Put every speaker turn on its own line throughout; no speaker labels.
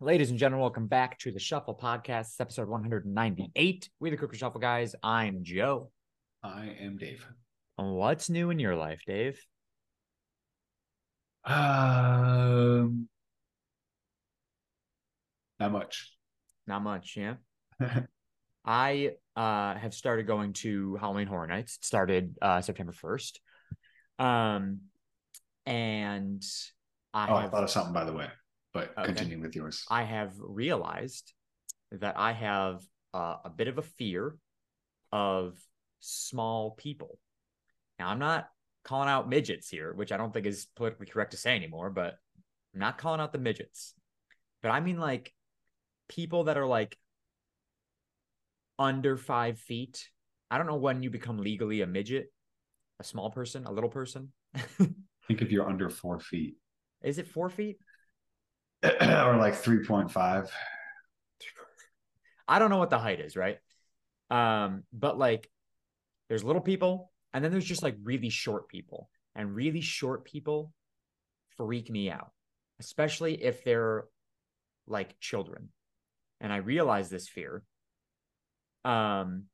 Ladies and gentlemen, welcome back to the Shuffle Podcast, It's episode 198. We the Cooker Shuffle guys. I'm Joe.
I am Dave.
What's new in your life, Dave?
Um, not much.
Not much, yeah. I uh, have started going to Halloween Horror Nights. It started uh, September 1st. Um, and I
oh, I
have-
thought of something by the way, but
Okay.
continue with yours.
I have realized that I have uh, a bit of a fear of small people. Now, I'm not calling out midgets here, which I don't think is politically correct to say anymore, but I'm not calling out the midgets. But I mean, like, people that are like under five feet. I don't know when you become legally a midget, a small person, a little person.
Think if you're under four feet
Is it four feet?
or like three point five.
I don't know what the height is, right? Um, but like there's little people and then there's just like really short people. And really short people freak me out, especially if they're like children. And I realize this fear um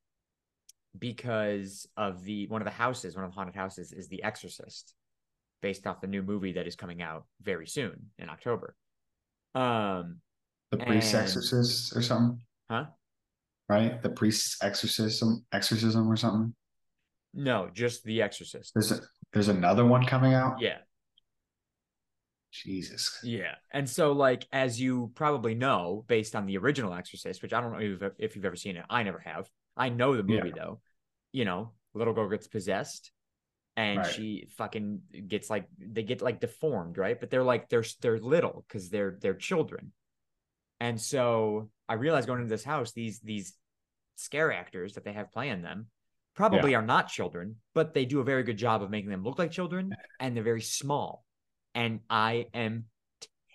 because of the one of the houses, one of the haunted houses is The Exorcist, based off the new movie that is coming out very soon in October. Um
The priest
And-
exorcist or something,
Huh?
Right, the priest's exorcism, exorcism or something.
no, just The Exorcist.
There's a, there's another one coming out.
Yeah.
Jesus.
Yeah. And so, like, as you probably know, based on the original Exorcist, which I don't know if you've, e, if you've ever seen it, I never have. I know the
Yeah.
movie, though. You know, little girl gets possessed and
Right.
she fucking gets like, they get like deformed, right? But they're like, they're, they're little because they're, they're children. And so I realized going into this house, these, these scare actors that they have playing them probably are not children, but they do a very good job of making them look like children and they're very small. And I am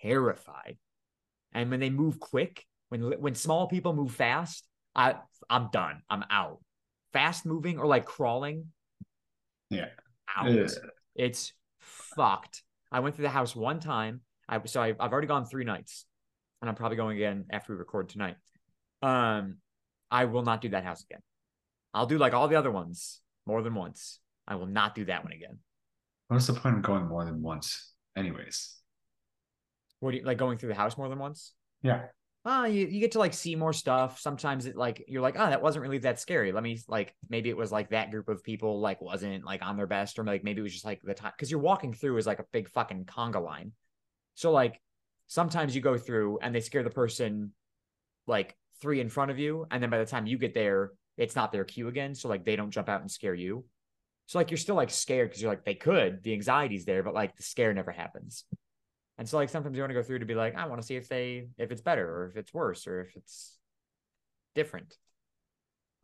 terrified. And when they move quick, when when small people move fast, I I'm done. I'm out. Fast moving or like crawling.
Yeah.
Out.
Ugh.
It's fucked. I went through the house one time. I so I, I've already gone three nights, and I'm probably going again after we record tonight. Um, I will not do that house again. I'll do like all the other ones more than once. I will not do that one again.
What's the point of going more than once? Anyways,
What do you like going through the house more than once?
Yeah.
Ah, you, you get to like see more stuff. Sometimes it like you're like, oh, that wasn't really that scary. Let me like maybe it was like that group of people like wasn't like on their best, or like maybe it was just like the time because you're walking through is like a big fucking conga line. So like sometimes you go through and they scare the person like three in front of you, and then by the time you get there, it's not their cue again. So like they don't jump out and scare you. So like you're still like scared because you're like they could. The anxiety's there, but like the scare never happens. And so like sometimes you want to go through to be like, I want to see if they if it's better or if it's worse or if it's different.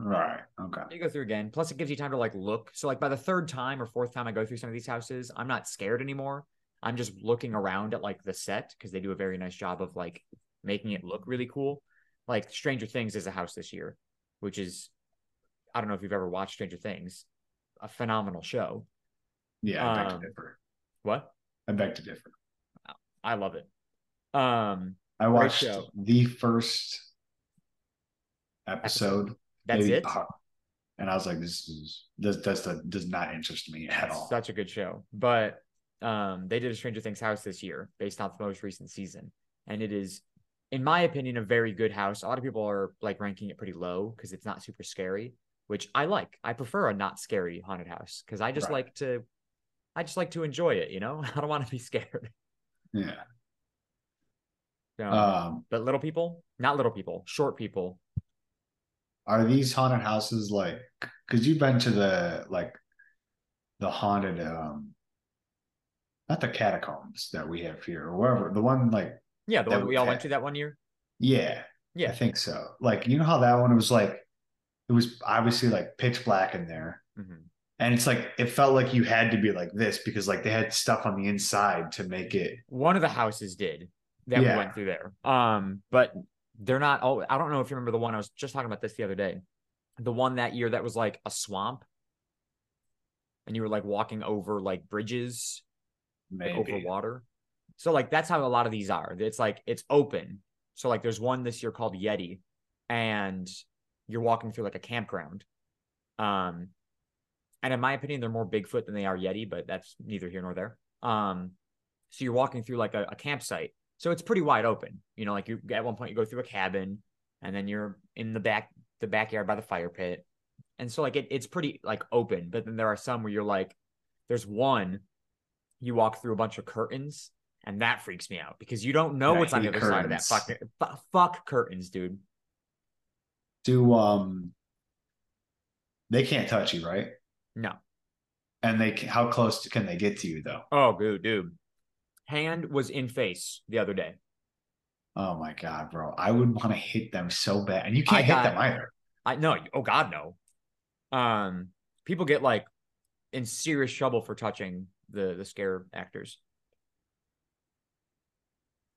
all right, okay.
You go through again. Plus it gives you time to like look. So like by the third time or fourth time I go through some of these houses, I'm not scared anymore. I'm just looking around at like the set because they do a very nice job of like making it look really cool. Like Stranger Things is a house this year, which is I don't know if you've ever watched Stranger Things, a phenomenal show.
Yeah, I beg
Um,
to differ.
What?
I beg to differ.
I love it. Um
I watched
show.
the first episode.
that's
maybe
it.
par- and I was like, this is this does does not interest me at all.
Such a good show. But um, they did a Stranger Things house this year based off the most recent season. And it is, in my opinion, a very good house. A lot of people are like ranking it pretty low because it's not super scary, which I like. I prefer a not scary haunted house because I just
Right.
like to I just like to enjoy it, you know? I don't want to be scared.
yeah.
So,
Um,
but little people, not little people, short people.
are these haunted houses like because you've been to the like the haunted um not the catacombs that we have here or wherever the one like
Yeah, the
That eh,
one we
we
all went to
had.
that one year.
yeah
Yeah.
I think so like you know how that one was like it was obviously like pitch black in there
hmm
and it's like it felt like you had to be like this because like they had stuff on the inside to make it
one of the houses did that
Yeah.
we went through there. Um, but they're not all I don't know if you remember the one I was just talking about this the other day. The one that year that was like a swamp. And you were like walking over like bridges like,
maybe
over water. So like that's how a lot of these are. It's like it's open, So like there's one this year called Yeti, and you're walking through like a campground. Um, and in my opinion, they're more Bigfoot than they are Yeti, but that's neither here nor there. Um, so you're walking through like a, a campsite, so it's pretty wide open. You know, like you at one point you go through a cabin, and then you're in the back the backyard by the fire pit, and so like it, it's pretty like open. But then there are some where you're like, there's one, you walk through a bunch of curtains, and that freaks me out because you don't know
Yeah, I
what's on the
hate
other side of that
curtains.
fucking fu- fuck curtains, dude.
Do um, they can't touch you, right?
No.
And they ca- how close can they get to you though?
Oh, dude, dude. Hand was in face the other day.
Oh my god, bro! I would want to hit them so bad, and you can't
I
hit
got-
them either.
I no, oh God, no. Um, people get like in serious trouble for touching the the scare actors.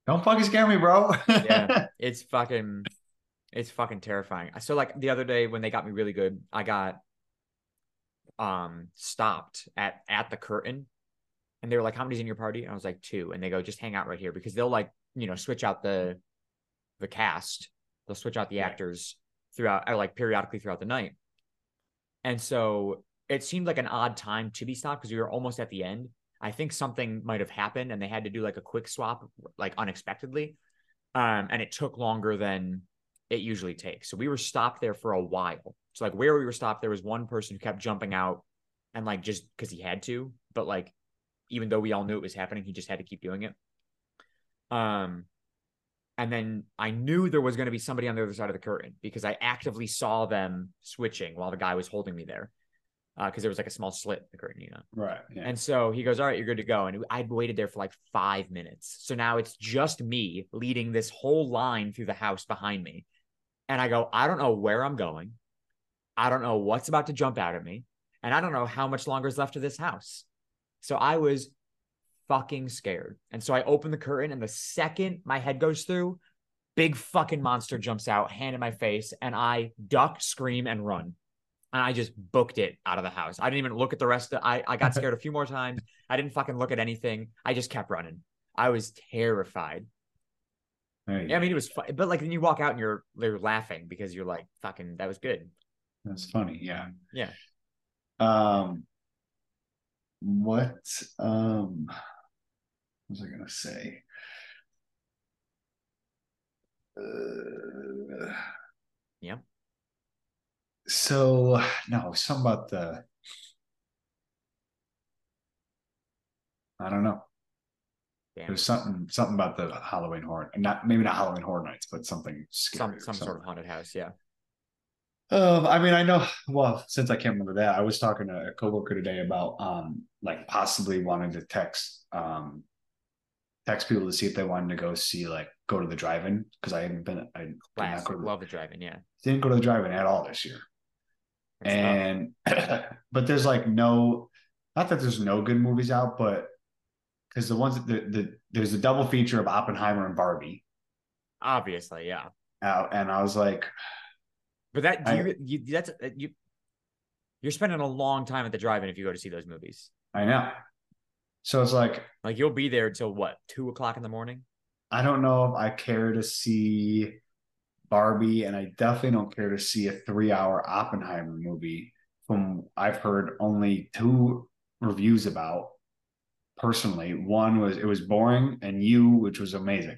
Don't fucking scare me, bro.
Yeah. It's fucking, it's fucking terrifying. So like the other day when they got me really good, I got um stopped at at the curtain, and they were like, "How many's in your party?" And I was like, two. And they go, "Just hang out right here," because they'll like you know switch out the the cast. They'll switch out the
Yeah.
actors throughout, or like periodically throughout the night. And so it seemed like an odd time to be stopped because we were almost at the end. I think something might have happened and they had to do like a quick swap, like unexpectedly. Um, and it took longer than it usually takes. So we were stopped there for a while. So, like, where we were stopped, there was one person who kept jumping out and like just because he had to, but like, even though we all knew it was happening, he just had to keep doing it. Um, and then I knew there was going to be somebody on the other side of the curtain because I actively saw them switching while the guy was holding me there. Uh, because there was like a small slit in the curtain, you know.
Right. Yeah.
And so he goes, All right, you're good to go. And I'd waited there for like five minutes. So now it's just me leading this whole line through the house behind me. And I go, I don't know where I'm going. I don't know what's about to jump out at me. And I don't know how much longer is left of this house. So I was fucking scared. And so I open the curtain, and the second my head goes through, big fucking monster jumps out, hand in my face, and I duck, scream, and run. And I just booked it out of the house. I didn't even look at the rest of I, I got scared a few more times. I didn't fucking look at anything. I just kept running. I was terrified.
There you
I
go.
mean, it was, fu- but like then you walk out and you're, you're laughing because you're like, fucking, that was good.
That's funny. Yeah.
Yeah.
Um, what um what was I gonna say? Uh,
Yeah.
So no, something about the I don't know.
Damn.
There's something something about the Halloween horror, not maybe not Halloween horror nights, but something scary.
Some,
or
some
something.
sort of haunted house. Yeah.
Um, I mean, I know. Well, since I can't remember that, I was talking to a coworker today about um, like possibly wanting to text um, text people to see if they wanted to go see like go to the drive-in because I haven't been I did not go
Classic.
to,
Love the driving. Yeah.
didn't go to the drive-in at all this year,
That's tough.
and but there's like no, not that there's no good movies out, but because the ones that the, the there's a double feature of Oppenheimer and Barbie
obviously. Yeah.
out, and I was like,
But that do
I-
you, you that's uh, you you're spending a long time at the drive-in if you go to see those movies.
I know, so it's like
Like you'll be there until what two o'clock in the morning.
I don't know if I care to see Barbie, and I definitely don't care to see a three-hour Oppenheimer movie. From I've heard only two reviews about personally. One was it was boring, and you, which was amazing.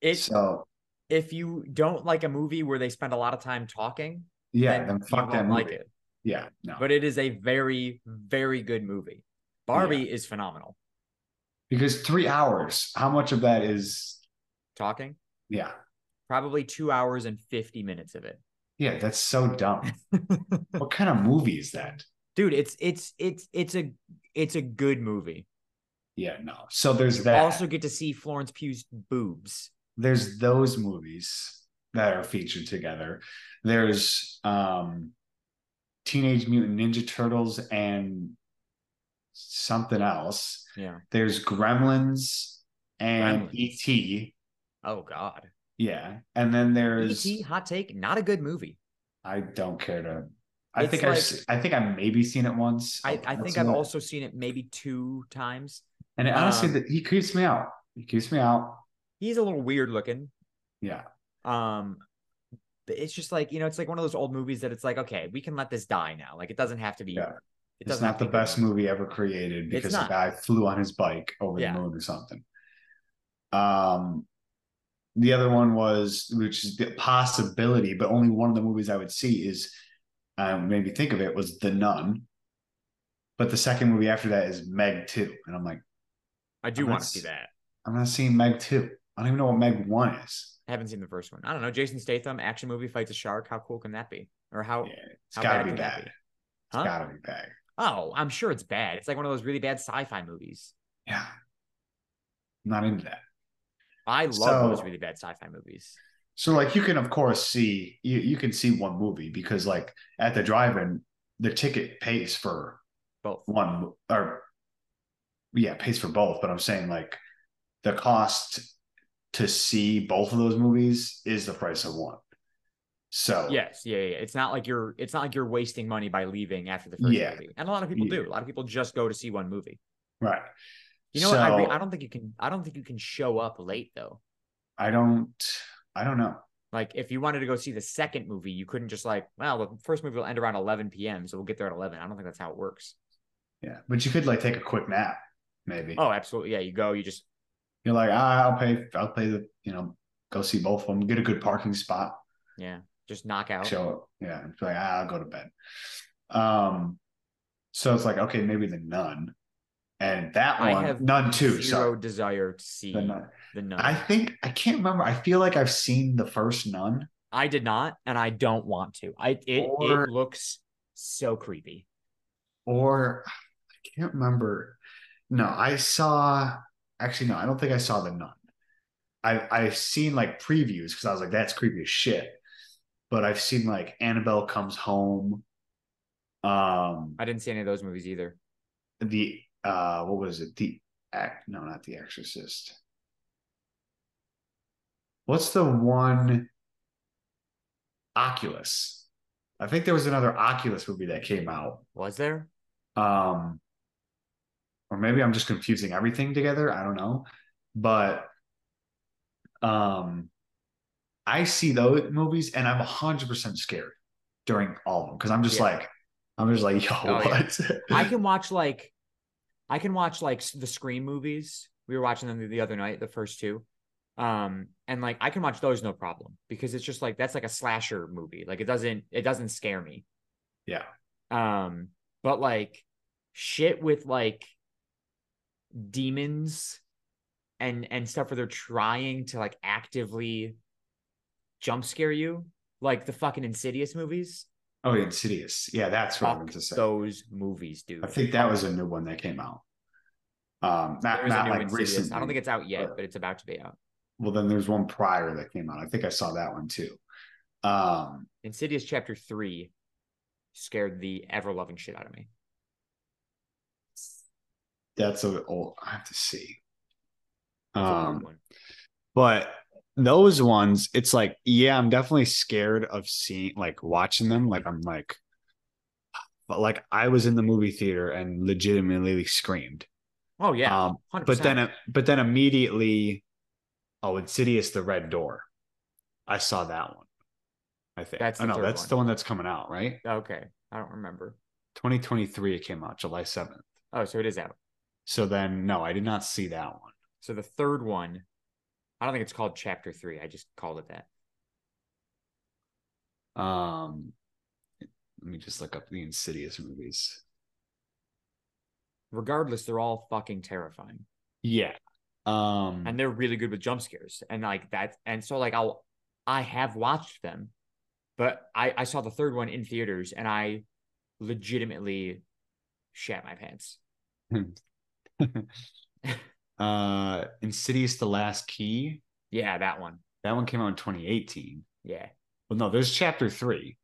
It
so
if you don't like a movie where they spend a lot of time talking,
yeah,
then
then, fuck
you won't
that movie.
like it.
Yeah, no,
But it is a very very good movie. Barbie is phenomenal.
because three hours. How much of that is?
Talking
Yeah,
probably two hours and fifty minutes of it.
yeah, that's so dumb. what kind of movie is that?
Dude, it's it's it's it's a it's a good movie.
Yeah, no. So there's
I
that.
also get to see Florence Pugh's boobs.
there's those movies that are featured together. There's um Teenage Mutant Ninja Turtles and something else.
Yeah.
There's Gremlins and
Gremlins.
E.T.
Oh God.
Yeah. And then there's
E.T. Hot take. Not a good movie.
I don't care to I
It's
think I've
like-
se- I think I've maybe seen it once.
I, I
That's
think I've
it.
also seen it maybe two times.
and it, honestly
um,
that he creeps me out. He creeps me out.
he's a little weird looking.
Yeah.
Um, but it's just like you know, it's like one of those old movies that it's like, okay, we can let this die now. Like it doesn't have to be.
Yeah.
It
it's
doesn't have
not
to
the
be good.
best movie ever created because a
not.
guy flew on his bike over
Yeah.
the moon or something. Um, the other one was, which is the possibility, but only one of the movies I would see is, um, made me think of it was The Nun. But the second movie after that is Meg Two, and I'm like,
I do
I'm
want
not
to see
s-
that.
I'm not seeing Meg Two. I don't even know what Meg One is.
I haven't seen the first one. I don't know. Jason Statham action movie fights a shark. How cool can that be? Or how?
Yeah, it's
how
gotta
bad
be
can that
bad.
be?
It's
Huh?
gotta be bad.
Oh, I'm sure it's bad. It's like one of those really bad sci-fi movies.
Yeah, not into that.
I love those
So-
really bad sci-fi movies.
So like you can of course see you, you can see one movie because like at the drive-in the ticket pays for
Both.
one mo- or yeah pays for both but I'm saying like the cost to see both of those movies is the price of one. So
Yes, yeah, yeah. yeah. It's not like you're. It's not like you're wasting money by leaving after the first
Yeah.
movie. And a lot of people
Yeah.
do. A lot of people just go to see one movie.
right
You know what? I, re-
So-
I don't think you can. I don't think you can show up late though.
I don't I don't know.
Like if you wanted to go see the second movie, you couldn't just like, well, the first movie will end around 11 p.m., so we'll get there at 11. I don't think that's how it works.
Yeah, but you could like take a quick nap maybe.
Oh, absolutely. Yeah, you go. You just
You're like ah, I'll pay I'll pay the you know go see both of them get a good parking spot.
yeah, just knock out.
show up. Yeah. It's like, ah, I'll go to bed. Um, so it's like, okay, maybe the nun. And that
I
one,
have
none
Zero
two, sorry.
desire to see
The nun.
the nun.
I
I,
think I can't remember. I feel like I've seen the first nun.
did not, and I don't want to. I it,
Or-
it looks so creepy.
or I can't remember. No, I saw actually no, I don't think I saw the nun. I've I've seen like previews because I was like, that's creepy as shit. But I've seen like Annabelle comes home. Um
I didn't see any of those movies either.
the uh what was it? The act no, not the exorcist. What's the one Oculus? I think there was another Oculus movie that came out
Was there?
um or maybe i'm just confusing everything together i don't know but um i see those movies and i'm 100% scared during all of them because i'm just
Yeah.
like i'm just like yo
Oh, yeah.
what
I can watch like, I can watch like s- the Scream movies. We were watching them the- the other night, the first two, um, and like I can watch those no problem because it's just like that's like a slasher movie. Like it doesn't it doesn't scare me.
Yeah.
Um, but like shit with like demons and and stuff where they're trying to like actively jump scare you, like the fucking Insidious movies.
oh insidious yeah that's what i
Fuck
meant to say
those movies, dude.
i think that was a new one that came out um not,
There is a
not
new
like
Insidious.
recently
I don't think it's out yet,
but-
but it's about to be out.
well then there's one prior that came out i think i saw that one too um
Insidious Chapter Three scared the ever loving shit out of me.
that's a old i have to see
It's a weird
um
one.
but those ones it's like yeah i'm definitely scared of seeing like watching them like i'm like but like i was in the movie theater and legitimately screamed
Oh yeah,
um
100%.
but then but then immediately oh insidious the red door i saw that one i think
That's
oh
the
no
third
that's
one.
the one that's coming out right
Oh, okay, I don't remember.
2023 it came out july 7th
Oh, so it is out.
so then no i did not see that one
So the third one, I don't think it's called Chapter Three. I just called it that.
Um, let me just look up the Insidious movies.
Regardless, they're all fucking terrifying,
Yeah. Um,
and they're really good with jump scares, and like that. And so like I'll, I have watched them, but I I saw the third one in theaters, and I legitimately shat my pants.
uh, Insidious: The Last Key.
Yeah, that one.
That one came out in 2018.
Yeah.
Well, no, there's Chapter Three.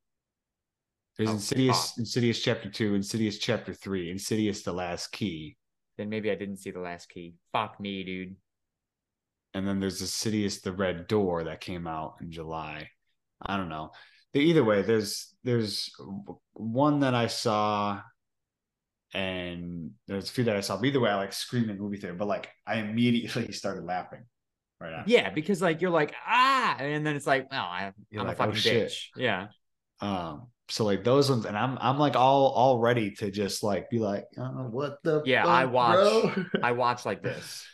There's
Oh,
Insidious,
fuck.
Insidious Chapter Two, Insidious Chapter Three, Insidious: The Last Key,
Then maybe I didn't see the last key. Fuck me, dude.
and then there's Insidious: The Red Door that came out in July. I don't know. The- Either way, there's there's w- one that I saw, and there's a few that I saw. But either way, I like screamed in the movie theater, but like I immediately started laughing right after.
Yeah, because like you're like ah, and then it's like, oh, I,
You're
I'm
like,
a
oh,
fucking
shit.
bitch. Yeah,
Um, so like those ones, and I'm I'm like all all ready to just like be like, uh, what the
Yeah, I
fuck,
watch-
bro?
I watch like this,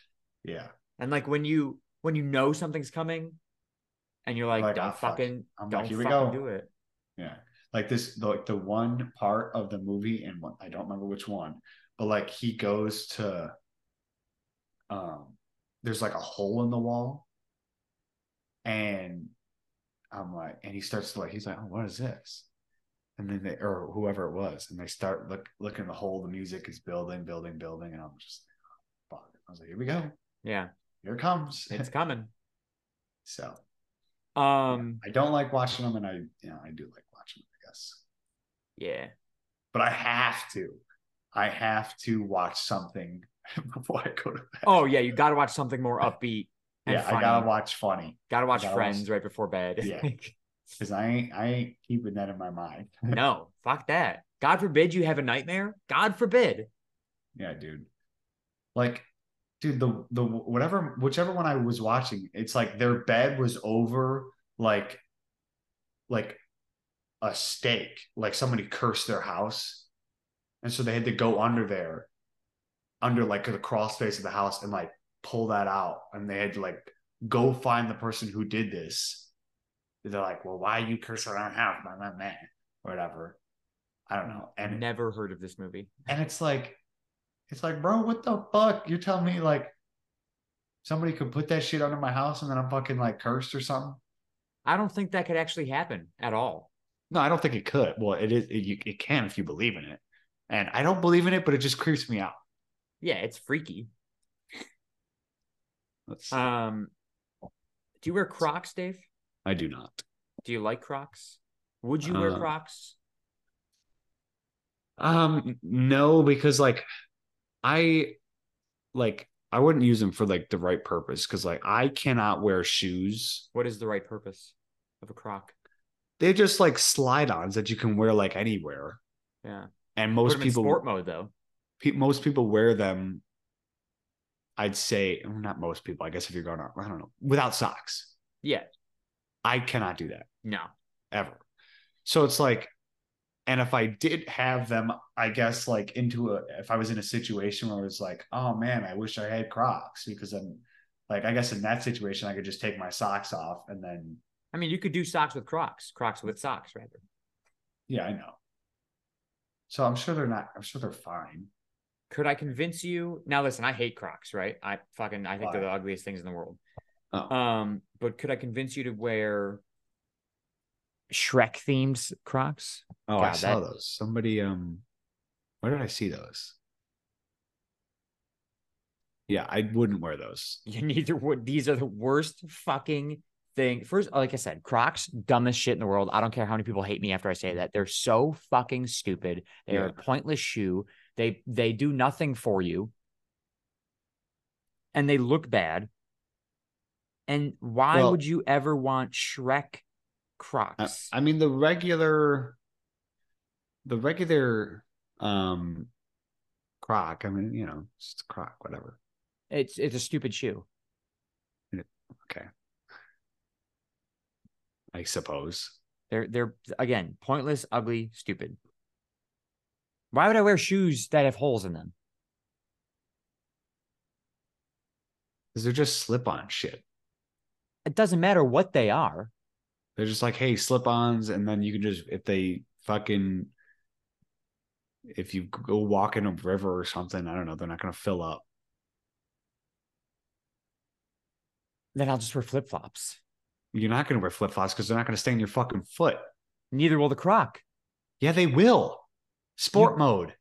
yeah,
and like when you when you know something's coming, and you're like,
Like,
don't
oh, fuck.
fucking,
I'm
don't
like, here we
fucking
go.
do it.
Yeah. Like this, the, like the one part of the movie, and one, I don't remember which one, but like he goes to, um, there's like a hole in the wall, and I'm like, and he starts to like, he's like, oh, what is this? And then they, or whoever it was, and they start look looking at the hole. The music is building, building, building, and I'm just, fuck. I was like, here we go,
Yeah,
here it comes.
it's coming.
so
Um,
I don't like watching them, and I, you know, I do like watching them, I guess.
yeah,
but I have to. I have to watch something before I go to bed.
oh yeah, you got to watch something more upbeat. And
yeah,
funny.
I gotta watch funny
Gotta watch
gotta watch-
Friends right before bed.
Yeah. because I ain't I ain't keeping that in my mind.
no, fuck that. God forbid you have a nightmare. God forbid.
yeah, dude. Like, dude, the the whatever whichever one I was watching, it's like their bed was over like like a stake. Like somebody cursed their house, and so they had to go under there, under like the crawl space of the house, and like pull that out, and they had to like go find the person who did this. They're like, well, why you curse our house, blah, blah, blah, whatever. I don't know. And
Never heard of this movie.
and it's like, it's like, bro, what the fuck? You're telling me like somebody could put that shit under my house and then I'm fucking like cursed or something?
I don't think that could actually happen at all.
No, I don't think it could. Well, it is. It, you, it can if you believe in it, and I don't believe in it, but it just creeps me out.
Yeah, it's freaky.
That's,
Um, do you wear Crocs, Dave?
I do not.
Do you like Crocs? Would you wear
Uh,
Crocs?
Um, no, because like I like I wouldn't use them for like the right purpose because like I cannot wear shoes.
What is the right purpose of a Croc?
They're just like slide-ons that you can wear like anywhere,
Yeah,
and
Put
most
'em
people
in sport mode though.
pe- most people wear them. I'd say well, not most people. I guess if you're going out, I don't know, without socks.
Yeah.
I cannot do that
No,
ever. So it's like, and if I did have them, I guess like into a if I was in a situation where it was like, oh man, I wish I had Crocs because then, like, I guess in that situation I could just take my socks off and then
I mean you could do socks with Crocs, Crocs with socks rather.
yeah, I know. So I'm sure they're not. I'm sure they're fine.
Could I convince you? Now listen, I hate Crocs, right? I fucking I think they're
Why?
the ugliest things in the world.
Oh.
Um, but could I convince you to wear Shrek themed Crocs?
Oh, I
God,
saw
that-
those. Somebody, um, where did I see those? Yeah, I wouldn't wear those.
You neither would. These are the worst fucking thing. First, like I said, Crocs, dumbest shit in the world. I don't care how many people hate me after I say that. They're so fucking stupid. They are a pointless shoe. They they do nothing for you. And they look bad. And why
Well-
would you ever want Shrek
I,
Crocs?
I mean, the regular, the regular, um, croc. I mean, you know, just a croc, whatever.
it's it's a stupid shoe.
I suppose.
They're they're again pointless, ugly, stupid. Why would I wear shoes that have holes in them?
Because they're just slip on shit.
It doesn't matter what they are.
They're just like, hey, slip ons. And then you can just, if they fucking, if you go walk in a river or something, I don't know, they're not going to fill up.
Then I'll just wear flip flops.
You're not going to wear flip flops because they're not going to stay in your fucking foot.
Neither will the croc.
Yeah, they will. Sport
You-
mode.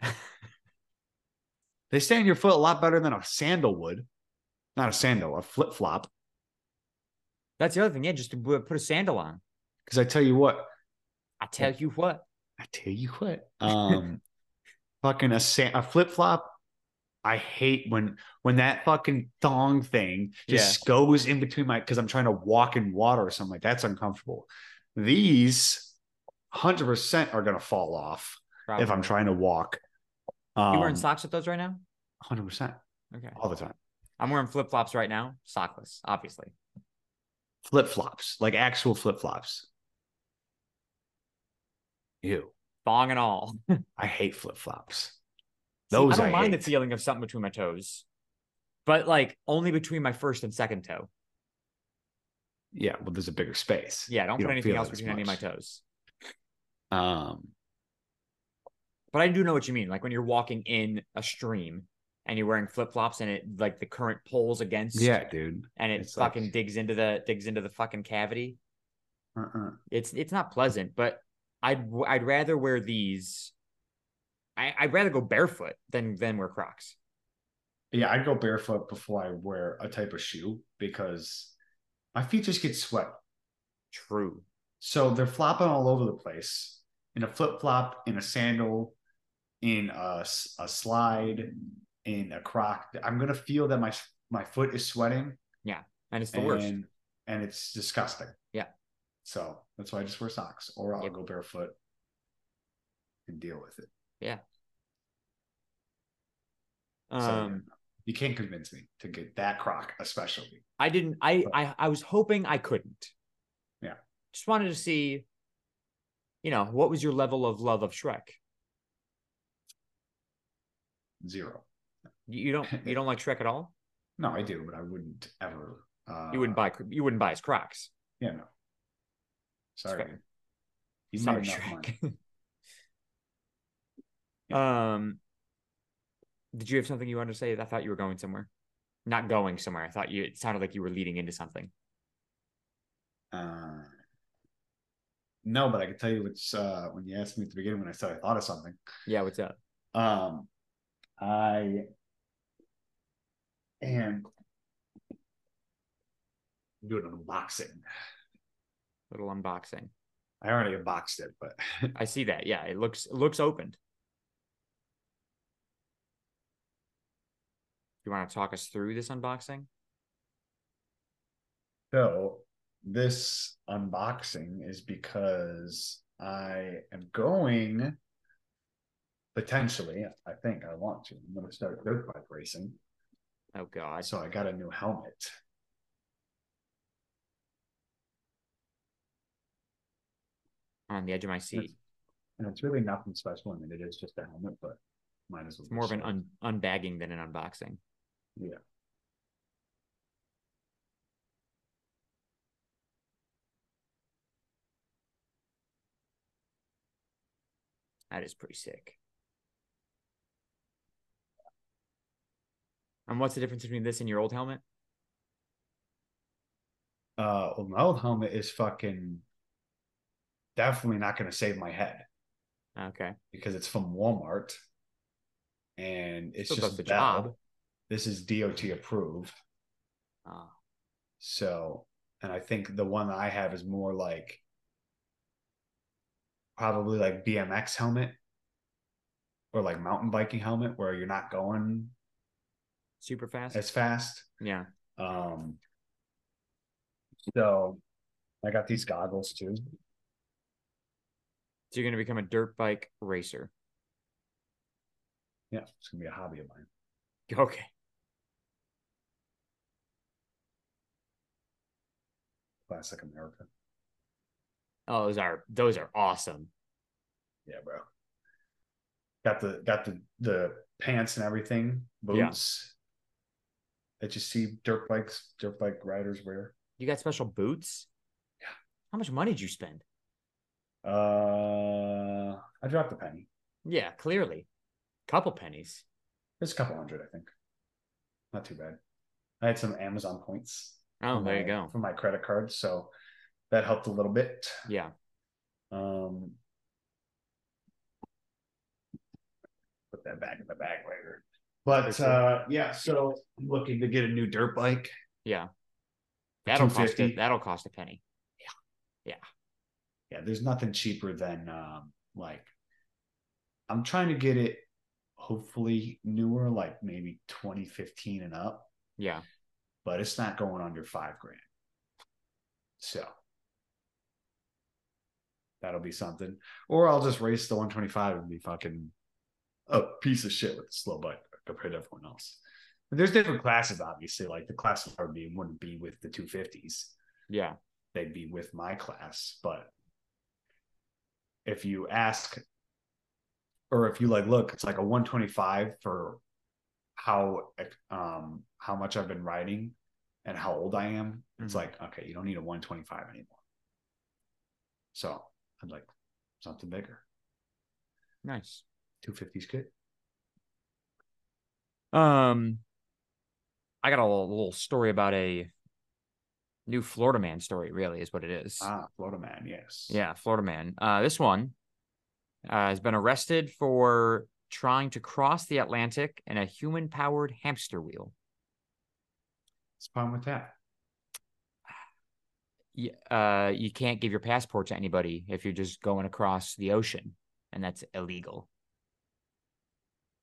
they stay in your foot a lot better than a sandal would. Not a sandal, a flip flop.
That's the other thing. Yeah, just to w- put a sandal on.
Because I tell you what,
I tell you what,
I tell you what, um, fucking a sa- a flip flop. I hate when when that fucking thong thing just goes in between my because I'm trying to walk in water or something like that's uncomfortable. These hundred percent are gonna fall off
probably.
if I'm trying to walk. Um,
you wearing socks with those right now?
hundred percent
Okay.
all the time.
I'm wearing flip flops right now, sockless, obviously.
Flip flops, like actual flip flops. Ew.
Thong and all. See,
I hate flip flops.
I
Those
don't
I
mind
hate.
the feeling of something between my toes, but like only between my first and second toe.
Yeah, well, there's a bigger space.
Yeah, don't
You
put
don't
anything
feel
else
it as
between any of my
much.
toes.
Um,
But I do know what you mean. Like when you're walking in a stream and you're wearing flip flops and it like the current pulls against
yeah, dude.
and it
It's like-
fucking digs into the digs into the fucking cavity.
Uh-uh.
It's it's not pleasant, but I'd I'd rather wear these. I, I'd rather go barefoot than than wear Crocs.
Yeah, I'd go barefoot before I wear a type of shoe because my feet just get sweat.
True.
So they're flopping all over the place in a flip flop, in a sandal, in a, s- a slide, in a croc. I'm gonna feel that my my foot is sweating,
And it's the
and
worst.
and it's disgusting.
Yeah.
So that's why I just wear socks, or I'll
Yeah.
go barefoot and deal with it.
Um,
So, yeah, you can't convince me to get that croc, especially.
I didn't. I,
But-
I I was hoping I couldn't.
Yeah.
Just wanted to see. You know what was your level of love of Shrek?
Zero.
You, you don't you don't like Shrek at all.
No, I do, but I wouldn't ever. Uh,
You wouldn't buy you wouldn't buy his Crocs.
Yeah, no. Sorry.
fair.
man. He's
Sorry,
made enough money.
Shrek. Um, did you have something you wanted to say? I thought you were going somewhere. Not going somewhere. I thought you. It sounded like you were leading into something.
Uh, no, but I can tell you which uh, when you asked me at the beginning when I said I thought of something.
Yeah. What's up?
Um, I am doing an unboxing.
Little unboxing.
I already unboxed it, but
I see that. Yeah. It looks it looks opened. You want to talk us through this unboxing?
so this unboxing is because I am going potentially. I think I want to. I'm going to start dirt bike racing.
Oh God.
So I got a new helmet.
On the edge of my seat.
And it's really nothing special. I mean, it is just a helmet, but might as well.
It's
be
more of an
short.
un- unbagging than an unboxing.
Yeah.
That is pretty sick. And what's the difference between this and your old helmet?
Uh, well, my old helmet is fucking definitely not going to save my head
Okay.
because it's from Walmart, and it's
Still does
just
the
Bell.
job.
This is DOT approved,
Oh,
so and I think the one that I have is more like probably like BMX helmet or like mountain biking helmet where you're not going
super fast.
as fast.
yeah.
Um, so I got these goggles too.
So you're going to become a dirt bike racer.
Yeah, it's gonna be a hobby of mine.
Okay.
Classic America.
Oh, those are those are awesome.
Yeah, bro. Got the got the the pants and everything,
Yeah.
boots that you see dirt bikes, dirt bike riders wear.
You got special boots?
Yeah.
How much money did you spend?
Uh, I dropped a penny.
Yeah, clearly. Couple pennies.
It's a couple hundred, I think. Not too bad. I had some Amazon points.
Oh,
from
there you
my-
go.
From my credit card, so that helped a little bit.
Yeah.
Um, put that back in the bag later. But
For sure.
uh, yeah, so I'm looking to get a new dirt bike.
Yeah. That'll cost a,
250.
that'll cost a penny.
Yeah, there's nothing cheaper than um, like I'm trying to get it hopefully newer, like maybe 2015 and up,
Yeah.
but it's not going under five grand. So that'll be something. Or I'll just race the 125 and be fucking a piece of shit with a slow bike compared to everyone else. There's different classes, obviously. Like the class I would be in wouldn't be with the 250s.
Yeah.
They'd be with my class. But if you ask, or if you like, look, it's like a 125 for how um how much I've been riding and how old I am. It's
Mhm.
like okay, you don't need a 125 anymore. So I'm like something bigger.
Nice.
250s good.
Um, I got a little, little story about a new Florida man story. Really, is what it is.
Ah, Florida man, yes.
Yeah, Florida man. Uh, this one uh, has been arrested for trying to cross the Atlantic in a human-powered hamster wheel.
What's the problem with that?
Y- Uh, you can't give your passport to anybody if you're just going across the ocean, and that's illegal.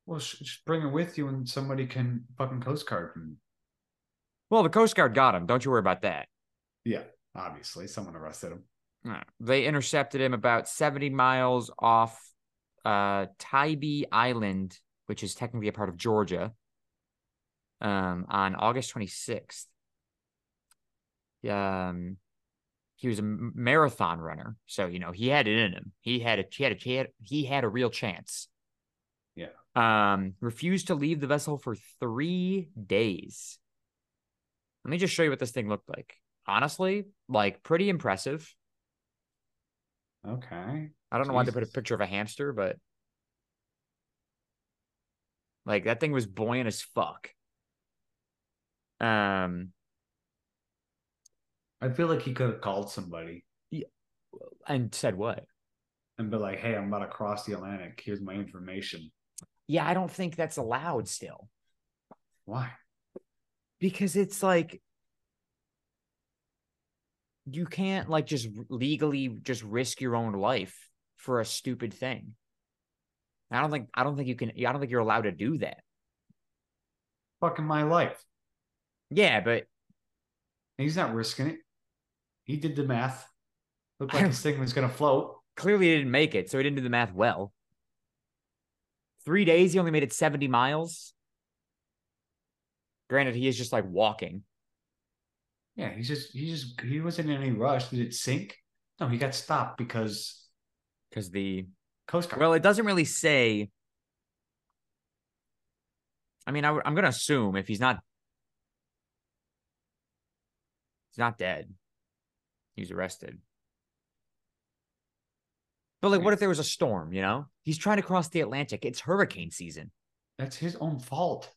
Well, sh- just bring it with you, and somebody can fucking Coast Guard. And
Well, the Coast Guard got him. Don't you worry about that.
obviously, someone arrested him.
Uh, They intercepted him about 70 miles off uh, Tybee Island, which is technically a part of Georgia, um, on August 26th. Um, he was a m- marathon runner, so you know he had it in him. He had a he had a he had, he had a real chance.
Yeah.
Um, refused to leave the vessel for three days. Let me just show you what this thing looked like. Honestly, like pretty impressive.
Okay.
I don't know why they put a
Jesus.
picture of a hamster, but like that thing was buoyant as fuck. Um,
I feel like he could have called somebody
and said what?
and be like, "Hey, I'm about to cross the Atlantic. Here's my information."
Yeah, I don't think that's allowed still
Why?
because it's like you can't like just legally just risk your own life for a stupid thing. I don't think I don't think you can. I don't think you're allowed to do that.
Fucking my life.
Yeah, but
And he's not risking it. He did the math. Looked
I
like
don't-
this thing was gonna float.
clearly he didn't make it, so he didn't do the math well. Three days, he only made it 70 miles. Granted, he is just like walking.
Yeah, he's just he just he wasn't in any rush. Did it sink? No, he got stopped because
Because the
Coast Guard.
well, it doesn't really say. I mean, I, am gonna assume if he's not, he's not dead. He was arrested. But like, what if there was a storm? You know, he's trying to cross the Atlantic. It's hurricane season.
That's his own fault.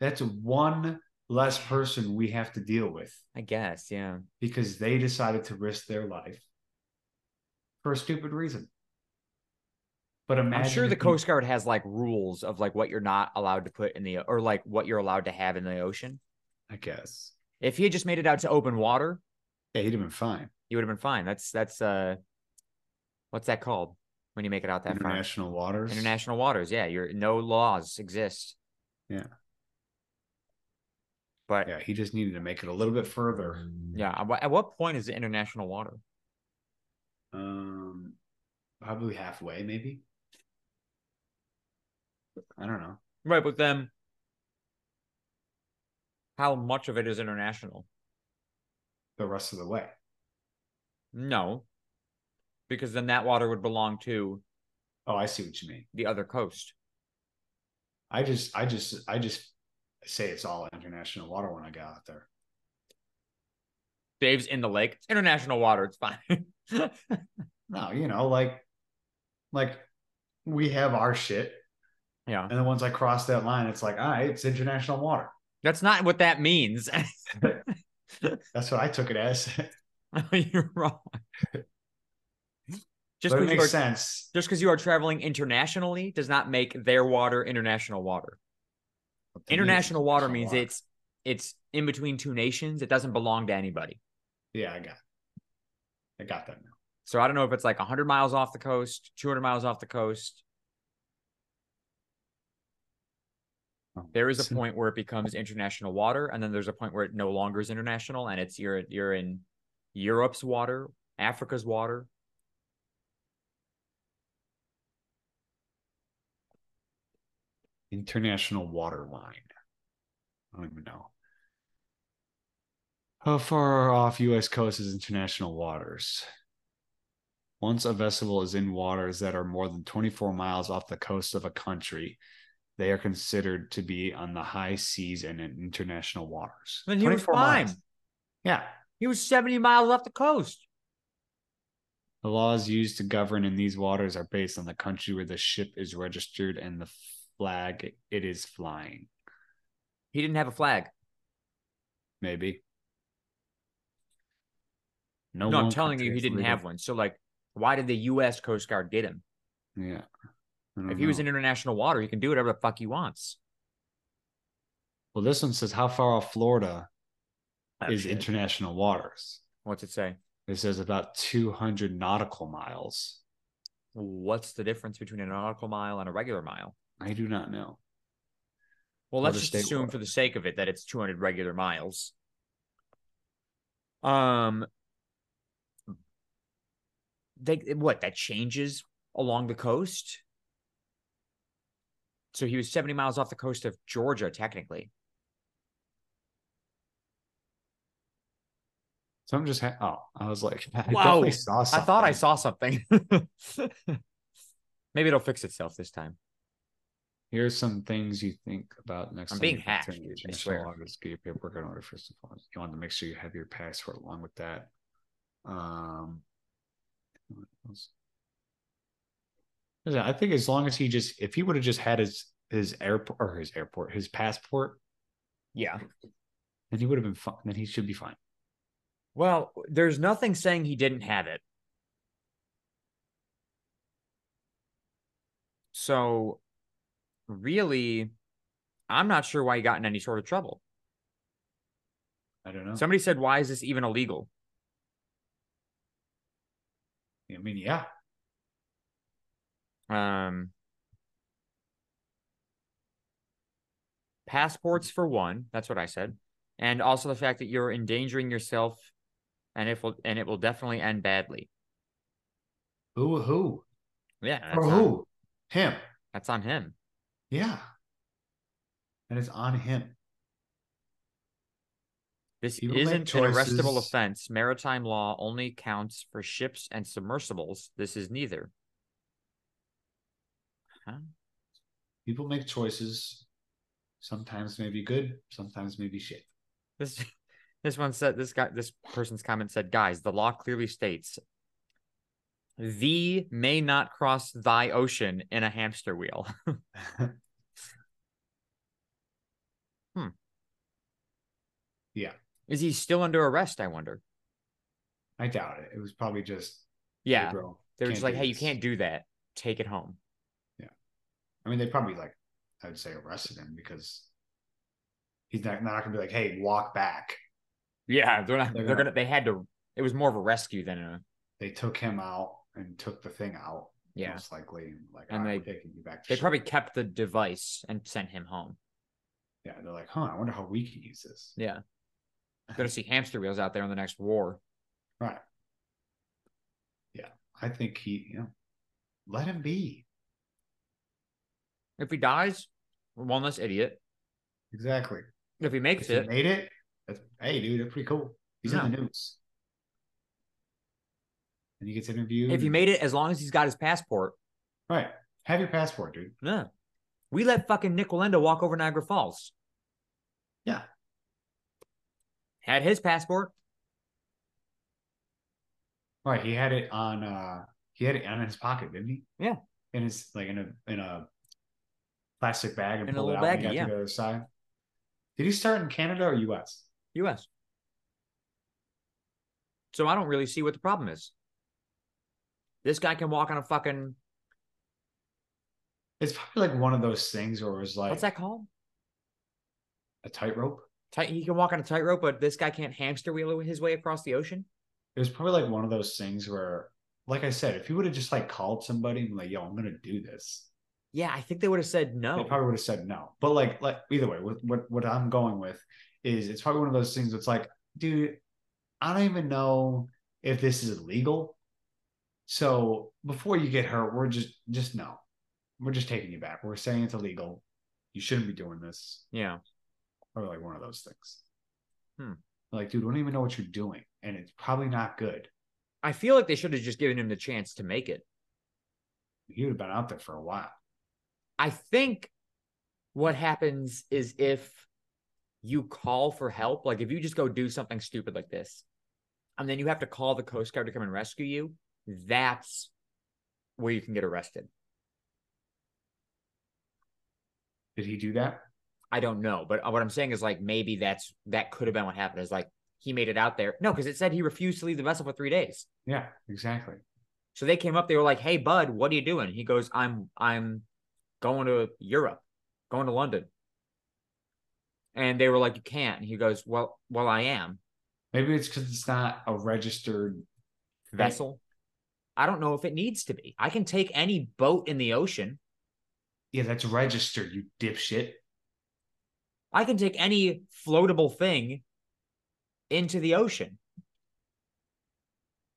That's one less person we have to deal with
I guess, yeah.
because they decided to risk their life for a stupid reason. But imagine
I'm sure the
if you-
Coast Guard has like rules of like what you're not allowed to put in the or like what you're allowed to have in the ocean.
I guess.
If he had just made it out to open water,
Yeah, he'd have been fine.
you would have been fine. That's that's uh, what's that called when you make it out that far?
International waters.
International waters. Yeah, your no laws exist.
Yeah.
But yeah,
Yeah, he just needed to make it a little bit further.
at wha- at what point is it international water?
Um, probably halfway, maybe. I don't know.
Right, but then how much of it is international?
The rest of the way.
No, because then that water would belong to
Oh, I see what you mean.
the other coast.
I just, I just, I just say it's all international water when I got out there.
Dave's in the lake. It's international water. It's fine.
No, you know, like, like we have our shit,
yeah.
and then once I cross that line, it's like, all right, it's international water.
That's not what that means.
That's what I took it as.
You're wrong. Just
but it
because you
makes
are,
sense.
just 'cause you are traveling internationally does not make their water international water.
But to me, it's
International water means it's it's in between two nations. It doesn't belong to anybody.
Yeah, I got, I got that now.
So I don't know if it's like 100 miles off the coast, 200 miles off the coast. There is a
So-
point where it becomes international water, and then there's a point where it no longer is international, and it's you're you're in Europe's water, Africa's water.
International Water Line. I don't even know. How far off U.S. coast is international waters? Once a vessel is in waters that are more than 24 miles off the coast of a country, they are considered to be on the high seas and in international waters.
Then he was
24
fine.
miles.
Yeah.
He was 70 miles off the coast.
The laws used to govern in these waters are based on the country where the ship is registered and the flag it is flying.
He didn't have a flag.
Maybe.
No, I'm
one
telling
country
you, he
is
didn't
legal.
have one. So, like, why did the U.S. Coast Guard get him?
Yeah. I don't
If he was
know.
in international water, he can do whatever the fuck he wants.
well, this one says how far off Florida
Oh,
is
shit.
international waters.
What's it say?
It says about 200 nautical miles.
What's the difference between a nautical mile and a regular mile?
I do not know.
Well,
Or
let's
the
just
state
assume
water.
for the sake of it that it's 200 regular miles. Um, they what that changes along the coast. So he was 70 miles off the coast of Georgia, technically.
So I'm just, ha- oh, I was like, I
Wow.
definitely saw something.
I thought I saw something. Maybe it'll fix itself this time.
Here's some things you think about next
I'm
time.
being
you return
hacked,
to
I
international
swear.
waters. Get your paperwork in order first and foremost. You want to make sure you have your password along with that. Um, what else? Yeah, I think as long as he just, if he would have just had his his airport or his airport, his passport,
Yeah.
then he would have been fine. Then he should be fine.
Well, there's nothing saying he didn't have it. So, really, I'm not sure why he got in any sort of trouble.
I don't know.
Somebody said, Why is this even illegal?
I mean, yeah,
Um, passports, for one. That's what I said. And also the fact that you're endangering yourself and it will, and it will definitely end badly.
who who
Yeah.
or
that's on-
who? Him.
that's on him.
Yeah, and it's on him.
This
People make
isn't an arrestable
choices.
offense. Maritime law only counts for ships and submersibles. This is neither. Huh?
People make choices. Sometimes may be good. Sometimes may be shit.
This this one said this guy this person's comment said, guys, the law clearly states thee may not cross thy ocean in a hamster wheel. Is he still under arrest? I wonder.
I doubt it. It was probably just "Hey,
Yeah.
bro,
They were
can't
just like,
do
hey, you
this."
can't do that. Take it home.
I mean, they probably like I would say arrested him because he's not not gonna be like, hey, walk back.
Yeah, they're not
They're
they're,
gonna-
gonna they had to it was more of a rescue than a
They took him out and took the thing out.
yeah.
most likely. and Like,
And
and they
they-
taking you back. to
They
shore."
probably kept the device and sent him home.
yeah. They're like, huh? I wonder how we can use this.
Yeah. Gonna see hamster wheels out there in the next war.
Right. Yeah, I think he. You know, let him be.
If he dies, we're one less idiot.
Exactly.
If he makes
If he
it,
made it, that's, hey, dude, that's pretty cool. He's in the news. And he gets interviewed.
if he made it, as long as he's got his passport,
right, have your passport, dude.
yeah. We let fucking Nick Walenda walk over Niagara Falls.
Yeah.
Had his passport.
Right, he had it on. uh He had it on his pocket, didn't he?
Yeah.
In his like in a in a plastic bag and
In a
pulled it out
little
and
baggie,
got
yeah.
to the other side. Did he start in Canada or U.S.?
US. So I don't really see what the problem is. This guy can walk on a fucking
It's probably like one of those things where it was like
what's that called?
a tightrope.
Tight, he can walk on a tightrope, but this guy can't hamster wheel his way across the ocean.
it was probably like one of those things where like i said if he would have just like called somebody and been like yo i'm gonna do this
Yeah, I think they would have said
they
no.
probably would have said no but like like either way what, what what i'm going with is it's probably one of those things that's like dude i don't even know if this is legal so before you get hurt we're just just no we're just taking you back we're saying it's illegal you shouldn't be doing this,
Yeah.
or like one of those things.
Hmm.
Like, dude, I don't even know what you're doing, and it's probably not good.
I feel like they should have just given him the chance to make it.
He would have been out there for a while.
I think what happens is if you call for help, like if you just go do something stupid like this, and then you have to call the Coast Guard to come and rescue you, that's where you can get arrested.
Did he do that?
I don't know, but uh, what I'm saying is like maybe that's that could have been what happened. Is like he made it out there. No, because it said he refused to leave the vessel for three days.
Yeah, exactly.
So they came up. They were like, "Hey, bud, what are you doing?" He goes, "I'm I'm going to Europe, going to London." And they were like, "You can't." And he goes, "Well, well, I am
Maybe it's because it's not a registered.
vessel. I don't know if it needs to be. I can take any boat in the ocean.
Yeah, that's registered. You dipshit.
I can take any floatable thing into the ocean.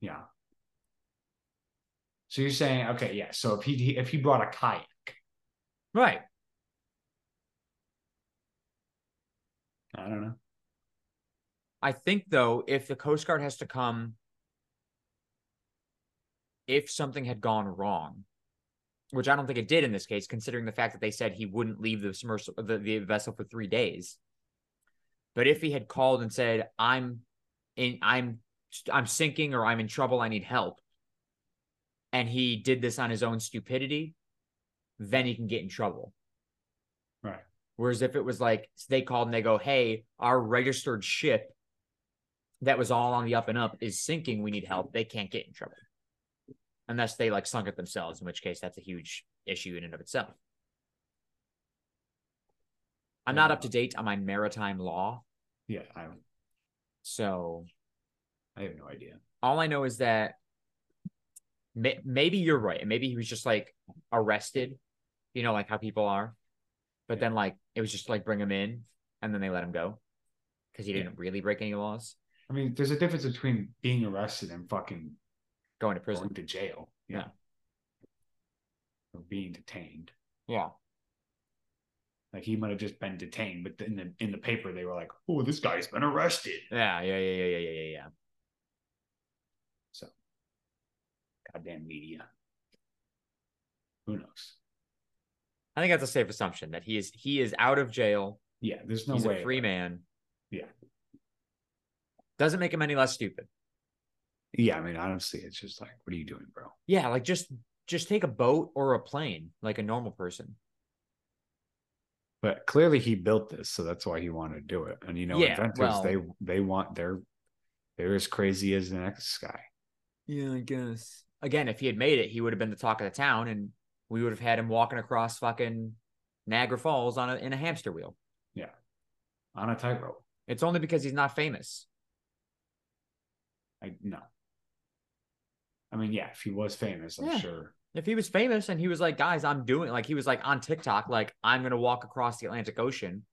Yeah. So you're saying, okay, yeah. So if he if he brought a kayak,
Right.
I don't know.
I think though, if the Coast Guard has to come, if something had gone wrong, which I don't think it did in this case, considering the fact that they said he wouldn't leave the submersible, the, the vessel for three days. But if he had called and said, "I'm in, I'm, I'm sinking, or I'm in trouble, I need help," and he did this on his own stupidity, then he can get in trouble.
Right.
Whereas if it was like they called and they go, "Hey, our registered ship that was all on the up and up is sinking. We need help. They can't get in trouble unless they like sunk it themselves, in which case that's a huge issue in and of itself. I'm not up to date on my maritime law,
Yeah, I
so
I have no idea.
all I know is that may- maybe you're right, and maybe he was just like arrested, you know, like how people are, but then like it was just like bring him in and then they let him go because he
Yeah.
didn't really break any laws
I mean, there's a difference between being arrested and fucking
going to prison.
going to jail.
Yeah.
Or being detained.
Yeah.
Like he might have just been detained, but in the in the paper they were like, "Oh, this guy's been arrested."
Yeah. Yeah. Yeah. Yeah. Yeah. Yeah. Yeah.
Goddamn media. Who knows?
I think that's a safe assumption that he is he is out of jail.
Yeah, there's no
he's
way.
a free man.
Yeah.
Doesn't make him any less stupid.
Yeah, I mean, honestly, it's just like, what are you doing, bro?
Yeah, like just just take a boat or a plane like a normal person.
But clearly, he built this, so that's why he wanted to do it. And you know,
Yeah,
inventors
well-
they they want their they're as crazy as the next guy.
Yeah, I guess. Again, if he had made it, he would have been the talk of the town and we would have had him walking across fucking Niagara Falls on a in a hamster wheel.
on a tightrope.
It's only because he's not famous.
I no. I mean, yeah, if he was famous, I'm
Yeah.
sure.
If he was famous and he was like, guys, I'm doing like he was like on TikTok, like I'm gonna walk across the Atlantic Ocean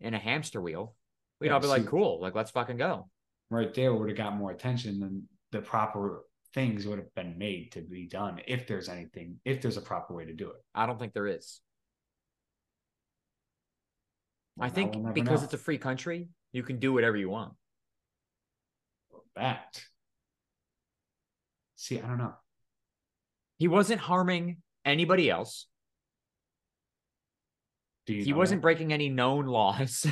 in a hamster wheel, we'd
Yeah,
all be like,
see-
cool, like let's fucking go.
Right there would have got more attention than the proper things would have been made to be done if there's anything, if there's a proper way to do it.
I don't think there is. I
Well, now
think
we'll never
because
know.
it's a free country, you can do whatever you want.
That. See, I don't know.
He wasn't harming anybody else.
Do you
He
know
wasn't
that?
breaking any known laws.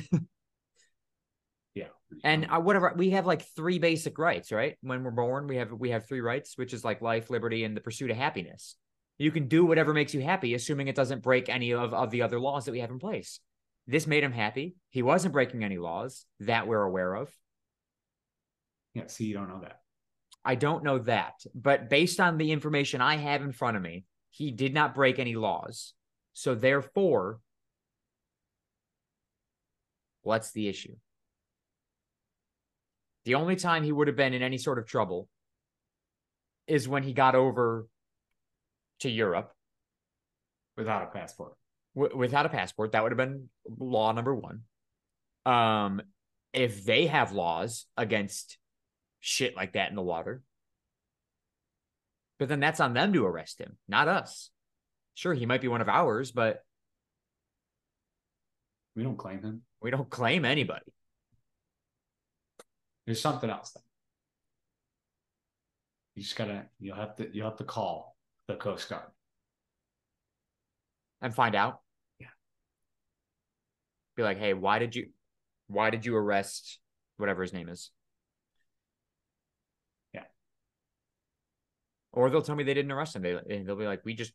Yeah.
and uh, whatever we have like three basic rights, right? When we're born, we have we have three rights, which is like life, liberty, and the pursuit of happiness. You can do whatever makes you happy, assuming it doesn't break any of, of the other laws that we have in place. This made him happy. He wasn't breaking any laws that we're aware of.
yeah. See, you don't know that.
I don't know that, but based on the information I have in front of me, he did not break any laws. So therefore, what's the issue? The only time he would have been in any sort of trouble is when he got over to Europe
Without a passport.
w- without a passport. That would have been law number one. Um, if they have laws against shit like that in the water, but then that's on them to arrest him, not us. Sure, he might be one of ours, but
We don't claim him.
We don't claim anybody.
There's something else. Then. You just gotta. You'll have to. You'll have to call the Coast Guard.
And find out.
Yeah.
Be like, hey, why did you, why did you arrest whatever his name is?
Yeah.
Or they'll tell me they didn't arrest him. They they'll be like, we just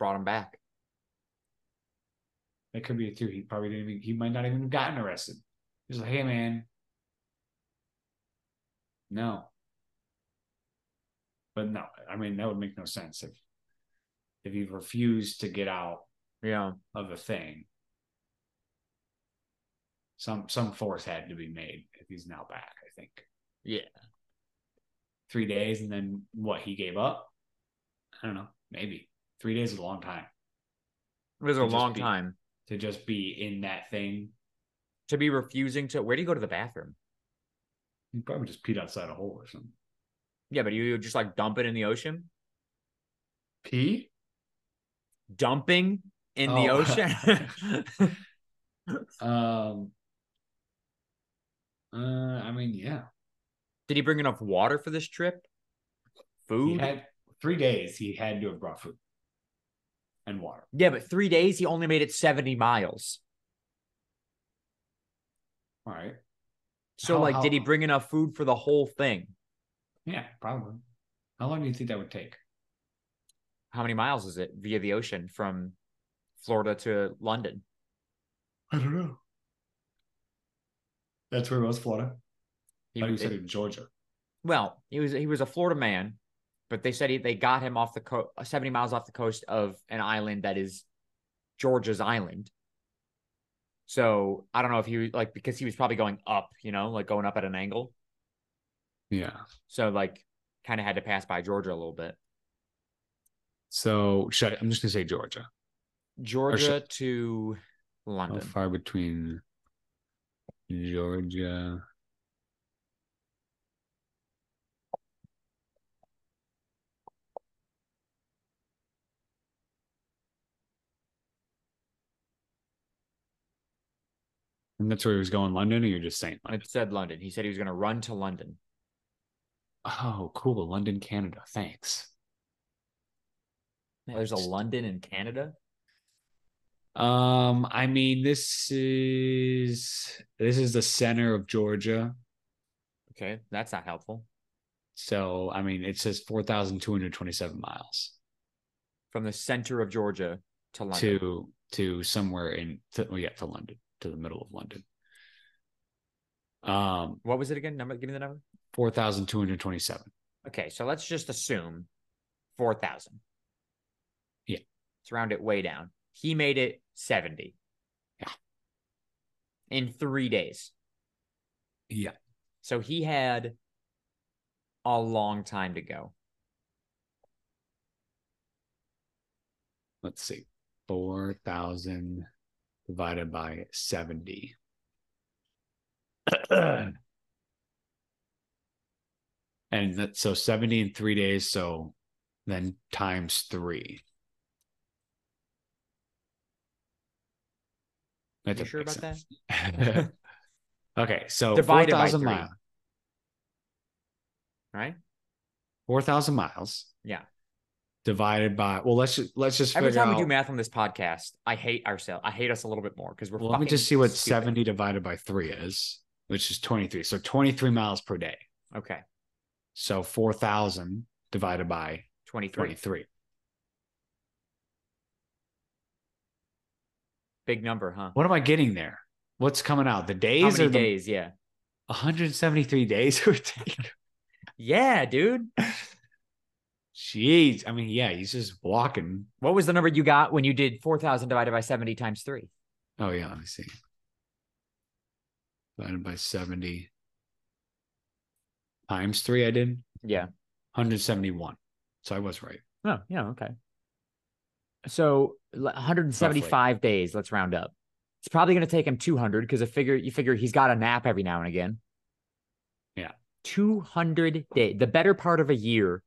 brought him back.
That could be a theory. He probably didn't even. He might not even have gotten arrested. He's like, hey man. No. But no, I mean that would make no sense if if you refuse to get out
Yeah.
of a thing. Some some force had to be made if he's now back, I think.
Yeah.
Three days and then what he gave up? I don't know, maybe. Three days is a long time
It was a
Could just
long
be-
time
to just be in that thing.
to be refusing to. Where do you go to the bathroom?
He probably just peed outside a hole or something.
Yeah, but you just like dump it in the ocean.
Pee?
Dumping in the
Oh.
ocean.
Um uh I mean, yeah.
Did he bring enough water for this trip?
He
Food?
had three days he had to have brought food and water.
yeah, but three days. He only made it 70 miles.
All right.
So,
How-
like,
how-
did he bring enough food for the whole thing?
Yeah, probably. How long do you think that would take?
How many miles is it via the ocean from Florida to London?
I don't know. That's where it was, Florida.
He,
Like you
was-
said, in Georgia.
well, he was he was a Florida man, but they said he, they got him off the coast, 70 miles off the coast of an island that is Georgia's island. So I don't know if he was like because he was probably going up, you know, like going up at an angle.
Yeah.
So like, kind of had to pass by Georgia a little bit.
So should I, I'm just gonna say Georgia.
Georgia to
How
London.
far between Georgia? And that's where he was going, London, or you're just saying London?
It said London. He said he was going to run to London.
Oh, cool. London, Canada. Thanks.
Oh, There's a
Nice.
London in Canada.
Um, I mean, this is this is the center of Georgia.
Okay, that's not helpful.
So I mean it says four thousand two hundred twenty seven miles
From the center of Georgia to London.
to to somewhere in to, well, yeah, to London, to the middle of London. Um
What was it again? Number? Give me the number.
four thousand two hundred twenty seven.
Okay, so let's just assume four thousand.
Yeah.
Let's round it way down. He made it seventy.
Yeah.
In three days,
Yeah.
so he had a long time to go.
Let's see. Four thousand divided by seventy. and that so seventy in three days, so then times three. That
You
doesn't
sure
make
about that?
sense. okay, so
Divided by
4,000
three.
miles.
Right?
Four thousand miles.
Yeah.
Divided by well, let's just let's just
Every
figure
time we
out-
do math on this podcast, I hate ourselves. I hate us a little bit more because we're.
Well, let me
fucking
just see what
stupid.
70 divided by three is, which is 23. So 23 miles per day.
Okay,
So 4,000 divided by
twenty-three.
23.
Big number, huh?
What am I getting there? What's coming out? The
How
days
many
or the
days? Yeah,
173 days it would take?
yeah, dude.
Jeez. I mean, yeah, he's just walking.
What was the number you got when you did four thousand divided by seventy times three?
Oh, yeah. Let me see. Divided by 70 times three, I did
Yeah.
171. So I was right.
Oh, yeah. Okay. So one hundred and seventy-five days. Let's round up. It's probably going to take him two hundred because I figure you figure he's got a nap every now and again.
Yeah.
two hundred days. The better part of a year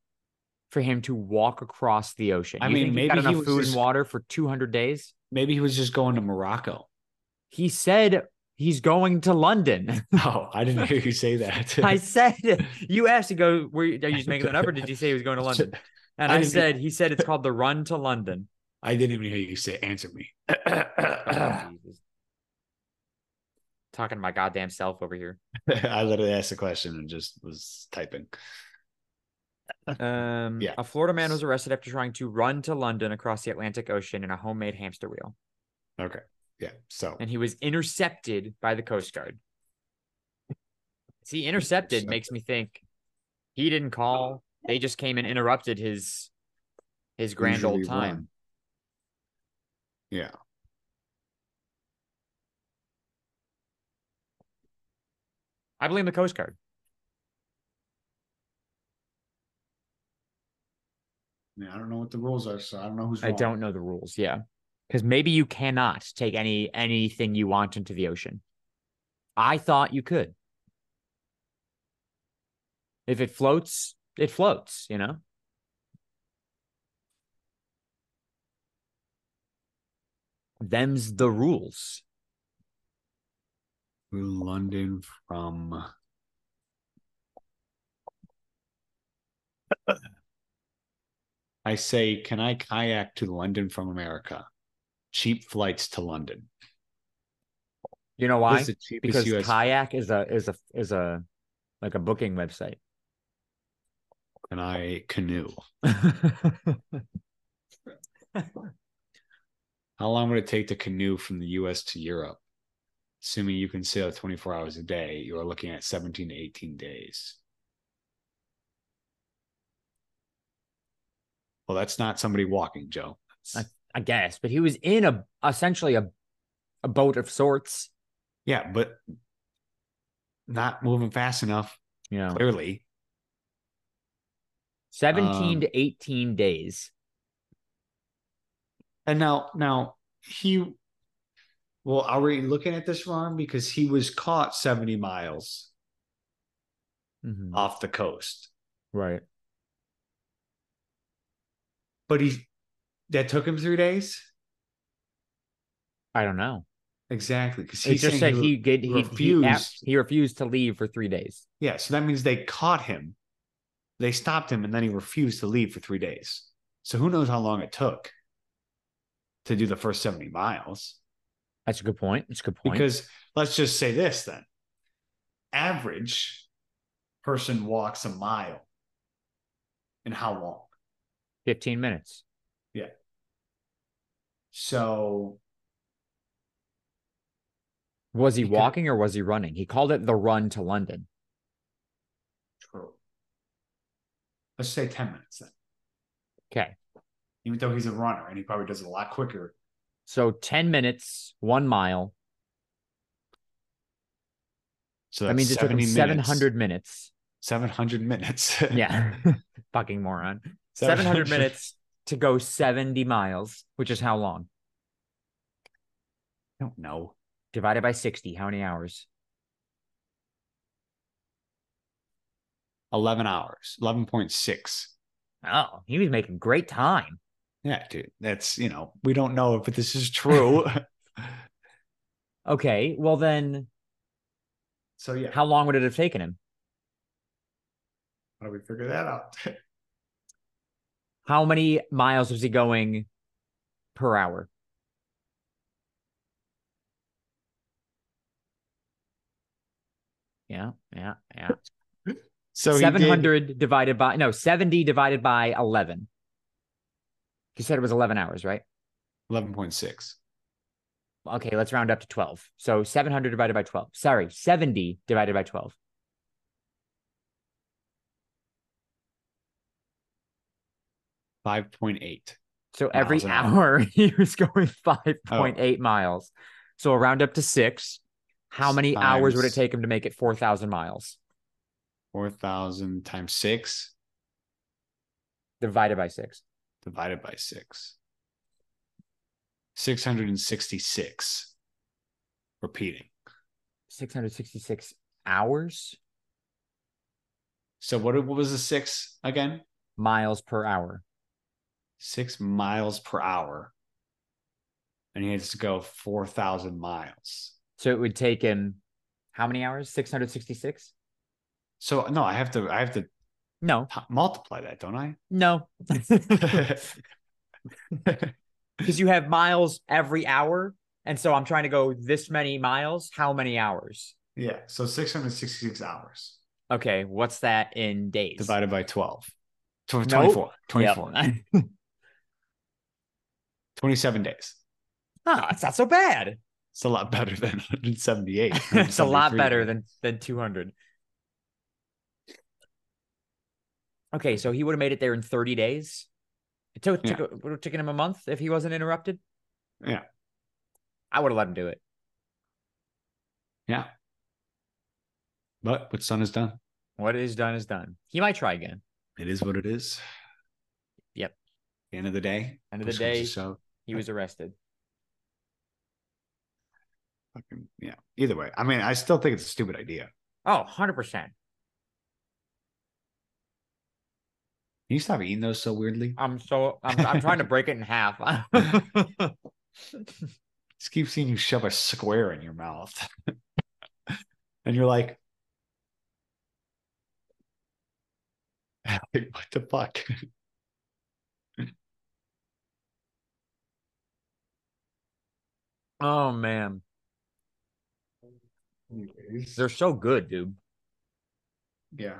for him to walk across the ocean.
I
You
mean,
think he's got
maybe he
enough
was
food
just-
and water for two hundred days.
Maybe he was just going to Morocco.
He said he's going to London.
No, I didn't hear you say that.
I said you asked to go. Were you, are you just making that up, or did you say he was going to London? And
I
I,
didn't-
said he said it's called the Run to London.
I didn't even hear you say answer me.
Fucking
I
Oh, Jesus. Talking to my goddamn self over here.
literally asked a question and just was typing.
Um,
Yeah.
A Florida man was arrested after trying to run to London across the Atlantic Ocean in a homemade hamster wheel,
Okay. Yeah. So
and he was intercepted by the Coast Guard. See, intercepted makes me think he didn't call. They just came and interrupted his his grand
usually
old time.
run. Yeah.
I blame the Coast Guard.
Yeah,
I don't know what the rules are, so I don't know who's.
I
wrong.
don't know the rules. Yeah, because maybe you cannot take any anything you want into the ocean. I thought you could. If it floats, it floats. You know. Them's the rules.
To London from I say, can I kayak to London from America? Cheap flights to London.
You know
What
why?
is the cheapest
Because
US
kayak is a is a is a like a booking website.
can I canoe? How long would it take to canoe from the US to Europe? Assuming you can sail 24 hours a day, you are looking at 17 to 18 days. Well, that's not somebody walking, Joe. That's-
I guess, but he was in a essentially a a boat of sorts.
yeah, but not moving fast enough,
You know,
clearly.
17
Um,
to 18 days.
And now, now he, well, are we looking at this wrong? Because he was caught 70 miles
Uh,
off the coast.
mm-hmm. Right.
But he that took him three days?
I don't know.
Exactly. Because
He
he
just said he did he refused. He, ab-
refused.
he refused to leave for three days.
Yeah, so that means they caught him. They stopped him and then he refused to leave for three days. So who knows how long it took to do the first 70 miles?
That's a good point. That's a good point.
Because let's just say this then. Average person walks a mile in how long?
15 minutes.
So
Was he
Because-
walking or was he running? He called it the run to London.
true. Let's say 10 minutes then.
Okay.
Even though he's a runner and he probably does it a lot quicker
So 10 minutes, one mile.
So
That means it took him 700 minutes.
700 minutes.
Yeah. Fucking moron. 700 minutes to go 70 miles, which is how long?
I don't know.
divided by 60 how many hours
11 hours, 11.6.
oh he was making great time
Yeah, dude. That's, you know, we don't know if this is true.
okay well then
so, yeah, how,
how long would it have taken him
do we figure that out?
how many miles was he going per hour yeah yeah yeah
So, he did-
700 divided by no 70 divided by 11 you said it was 11 hours right
11.6.
okay let's round up to 12 so 700 divided by 12 sorry 70 divided by 12
5.8.
So every
Miles an hour.
hour
Oh.
he was going 5.8 miles. So a round up to six. How many hours would it
Times-
take him to make it 4,000 miles
4,000 times 6
divided by six?
divided by 6. 666. Repeating.
666 hours,
So, what, what was the 6 again?
miles per hour.
6 miles per hour
and he has to go 4,000 miles.
So it would take him how many hours? 666?
So no, I have to I have to
No,
t- multiply that, don't I?
no. Because you have miles every hour. And so I'm trying to go this many miles, how many hours?
yeah, so 666 hours
Okay, what's that in days?
divided by 12. Tw-
Nope.
24,
Yep.
24, 27 days.
Ah, it's not so bad.
It's a lot better than 178.
it's a lot
173.
better than than 200 okay so he would have made it there in 30 days it took,
Yeah.
took, would have taken him a month if he wasn't interrupted
Yeah.
i would have let him do it
Yeah. But what's done is done.
what is done is done he might try again
It is what it is.
Yep.
The end of the day.
end of the
push comes to
day
shove,
he was arrested
fucking, yeah. Either way, I mean, I still think it's a stupid idea.
oh 100%
Can you stop eating those so weirdly?
i'm so i'm, I'm trying to break it in half
just keep seeing you shove a square in your mouth. and you're like, like, what the fuck?
oh man
Anyways.
they're so good dude
Yeah.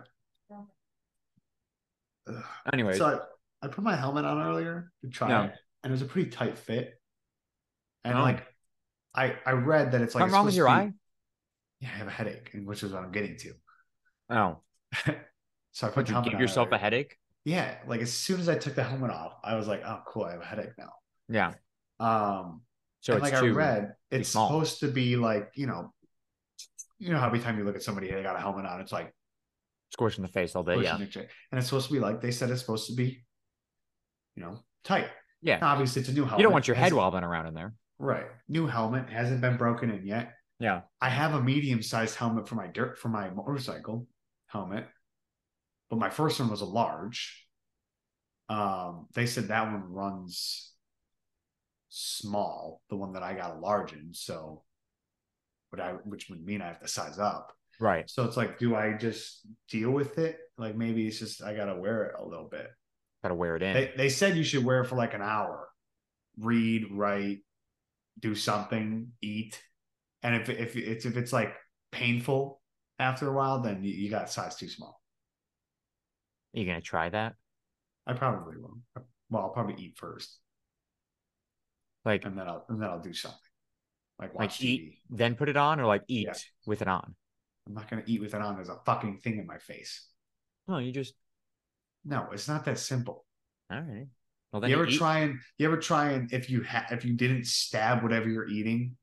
Ugh.
anyways
So I, I put my helmet on earlier to try
Yeah.
it, and it was a pretty tight fit. And
Oh.
like, I I read that it's like
something
it's
wrong with
supposed
your
to
eye
be- Yeah, I have a headache, and which is what I'm getting to.
oh
So I put
would
the
you
helmet
give
on
yourself a
earlier.
headache
Yeah, like as soon as I took the helmet off, I was like, oh cool, I have a headache now.
yeah
Um,
so
and
it's
like I
too
read, it's
small.
supposed to be like you know, you know how every time you look at somebody they got a helmet on, it's like
squish in the face all day.
pushing
Yeah.
the check. And it's supposed to be like they said it's supposed to be, you know, tight.
Yeah.
Now, obviously, it's a new helmet.
You don't want your head
Hasn't-
wobbling around in there.
Right. New helmet hasn't been broken in yet.
Yeah.
I have a medium sized helmet for my dirt for my motorcycle helmet, but my first one was a large. Um, they said that one runs small, the one that I got a large in, so would I which would mean I have to size up.
Right.
So it's like, do I just deal with it? Like maybe it's just I gotta wear it a little bit.
Got to wear it in.
They they said you should wear it for like an hour. Read, write, do something, eat. And if if it's if it's like painful after a while, then you, you got size too small.
you going to try that?
I probably will. Well, I'll probably eat first,
Like,
and then I'll and then I'll do something like watch
like
TV.
eat, then put it on, or like eat
Yeah.
with it on?
I'm not gonna eat with it on. There's a fucking thing in my face.
No, you just,
No, it's not that simple.
all right. Well, then
you ever
eat-
try and you ever try and if you ha- if you didn't stab whatever you're eating,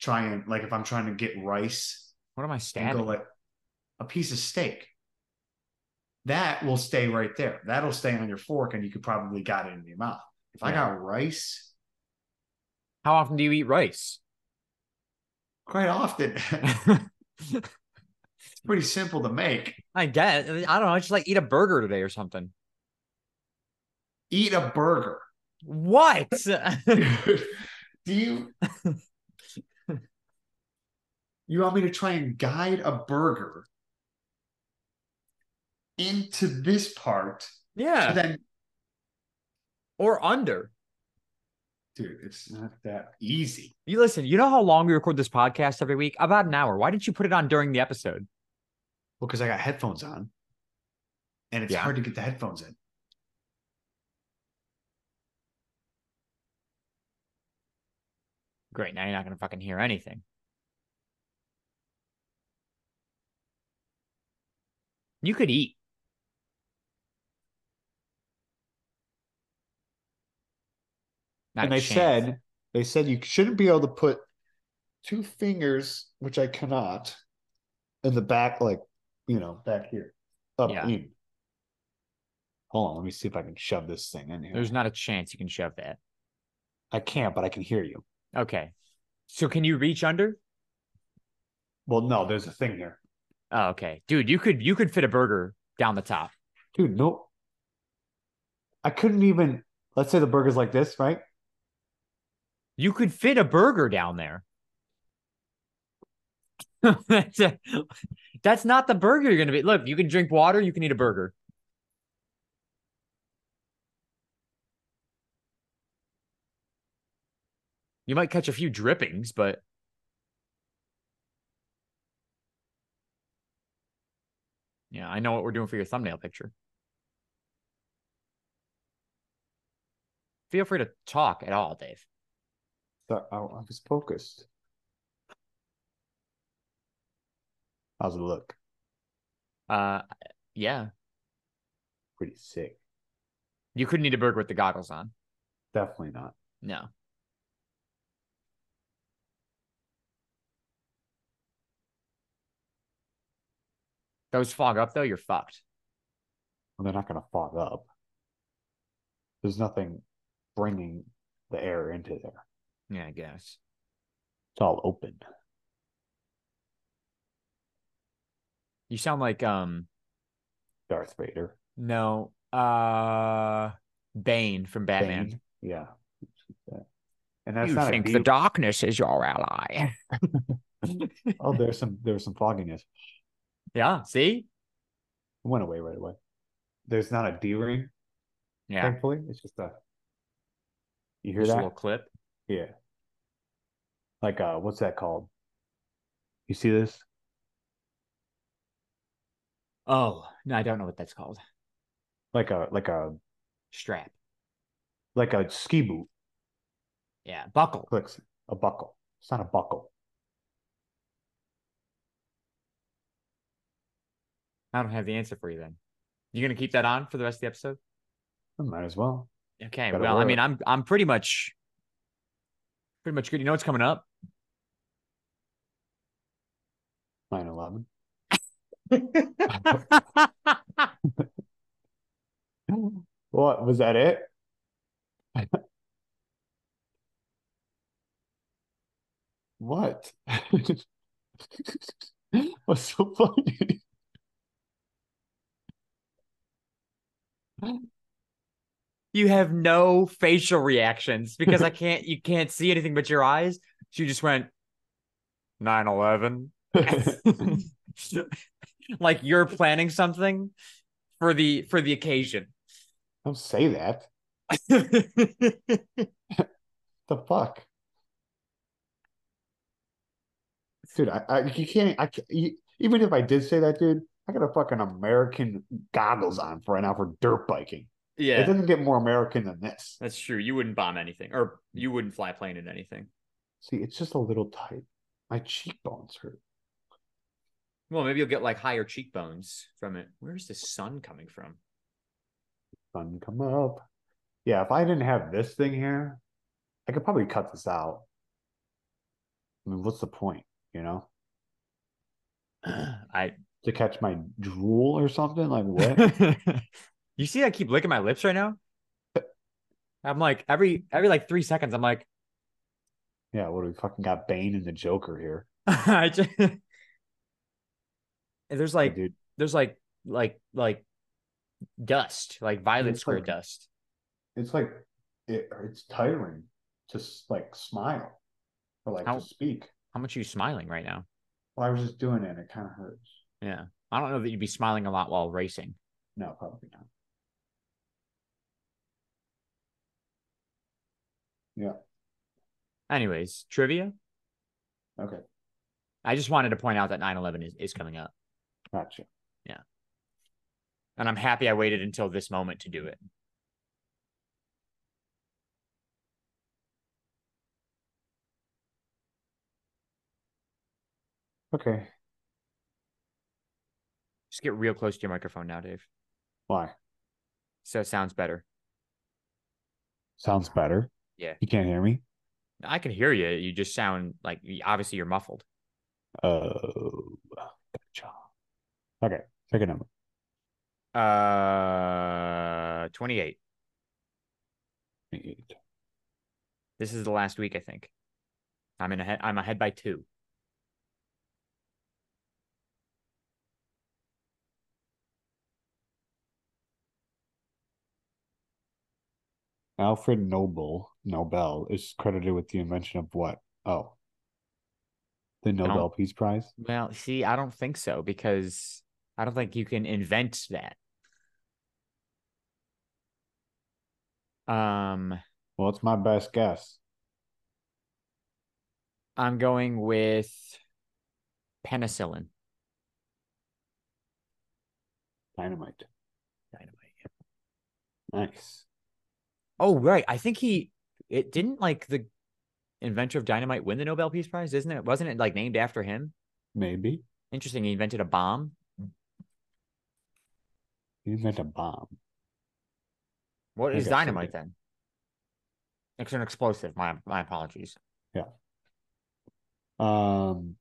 try and like if I'm trying to get rice
What am I
and go
stabbing?
like a piece of steak. That will stay right there. That'll stay on your fork, and you could probably got it in your mouth. If I
Yeah.
got rice,
How often do you eat rice?
quite often it's pretty simple to make.
I guess. I don't know. Just like eat a burger today or something.
Eat a burger,
What?
dude. Do you? You want me to try and guide a burger into this part?
yeah.
Then,
Or under.
dude, it's not that easy.
You listen, you know how long we record this podcast every week? About an hour. Why didn't you put it on during the episode?
Well, because I got headphones on, and it's
Yeah.
hard to get the headphones in.
Great. Now you're not going to fucking hear anything. You could eat. Not
and
a
they
chance.
said they said you shouldn't be able to put two fingers, which I cannot, in the back, like you know, back here, up
Yeah.
in. Hold on, let me see if I can shove this thing in here.
there's not a chance you can shove that.
I can't, but I can hear you.
Okay. So can you reach under?
Well, no, there's a thing here,
Oh, okay. Dude, you could you could fit a burger down the top.
dude. No, I couldn't even. Let's say the burger's like this, right?
You could fit a burger down there.
that's, a- that's not the burger you're gonna be. Look, you can drink water, you can eat a burger. You might catch a few drippings, but yeah, I know what we're doing for your thumbnail picture. Feel free to talk at all, Dave.
So I, I was focused. How's it look?
Uh, yeah,
Pretty sick.
you couldn't eat a burger with the goggles on.
Definitely not.
No. Those fog up though, you're fucked.
Well, they're not going to fog up. There's nothing bringing the air into there. It's
Yeah, I guess.
all open.
You sound like um
Darth Vader.
no uh Bane from Batman.
Bane. Yeah. And that's
you
not
think
a
the
deep-
darkness is your ally.
oh, there's some there's some fogginess.
yeah, see?
It went away right away. There's not a D ring,
Yeah.
thankfully. It's just a you hear
Just a
that?
little clip.
Yeah. Like uh what's that called? You see this?
Oh, no, I don't know what that's called.
Like a like a
Strap.
like a ski boot
Yeah. Buckle.
clicks a buckle. It's not a buckle.
I don't have the answer for you then. You gonna keep that on for the rest of the episode?
Might as well.
Okay.
Gotta
Well, I
wear
mean,
it.
I'm I'm pretty much pretty much good. You know what's coming up?
9-11. What was that it? what? What's so funny?
you have no facial reactions because I can't you can't see anything but your eyes. She just went 9/11. like you're planning something for the for the occasion.
Don't say that. The fuck? Dude, I, I you can't I ca- you, even if I did say that, dude, I got a fucking American goggles on for right now for dirt biking. It
yeah.
doesn't get more American than this.
That's true. You wouldn't bomb anything or you wouldn't fly a plane in anything.
See, it's just a little tight. My cheekbones hurt.
Well, maybe you'll get like higher cheekbones from it. Where's the sun coming from?
Sun come up. Yeah, if I didn't have this thing here, I could probably cut this out. I mean, what's the point, you know?
I
To catch my drool or something? Like what?
you see, I keep licking my lips right now. I'm like every every like three seconds. I'm like,
yeah, what do we fucking got Bane and the Joker here?
I just, And there's like
dude,
there's like like like dust, like violet
It's
square
like-
dust.
it's like it, it's tiring to s- like smile or like
How-
to speak.
How much are you smiling right now?
Well, I was just doing it and it kind of hurts.
Yeah, I don't know that you'd be smiling a lot while racing.
No, probably not.
Anyways, trivia.
Okay,
I just wanted to point out that 9/11 is, is coming up,
gotcha.
and I'm happy I waited until this moment to do it.
Okay,
Just get real close to your microphone now, Dave,
why?
so it sounds better.
Sounds better.
Yeah.
You can't hear me?
I can hear you. You just sound like you- obviously you're muffled.
Oh, gotcha. Okay, pick a number.
Uh, 28.
Eight.
This is the last week, I think. I'm in ahead. I'm ahead by two.
Alfred Noble Nobel is credited with the invention of what? Oh, the Nobel Peace Prize.
Well, see, I don't think so because I don't think you can invent that. Um,
Well, it's my best guess.
I'm going with penicillin.
Dynamite.
Dynamite.
Nice.
Oh, right. I think he it didn't like the inventor of dynamite win the Nobel Peace Prize, isn't it? Wasn't it like named after him?
Maybe
Interesting. He invented a bomb.
he invented a bomb.
What
I
is
guess I
dynamite then? It's an explosive. My my apologies.
Um,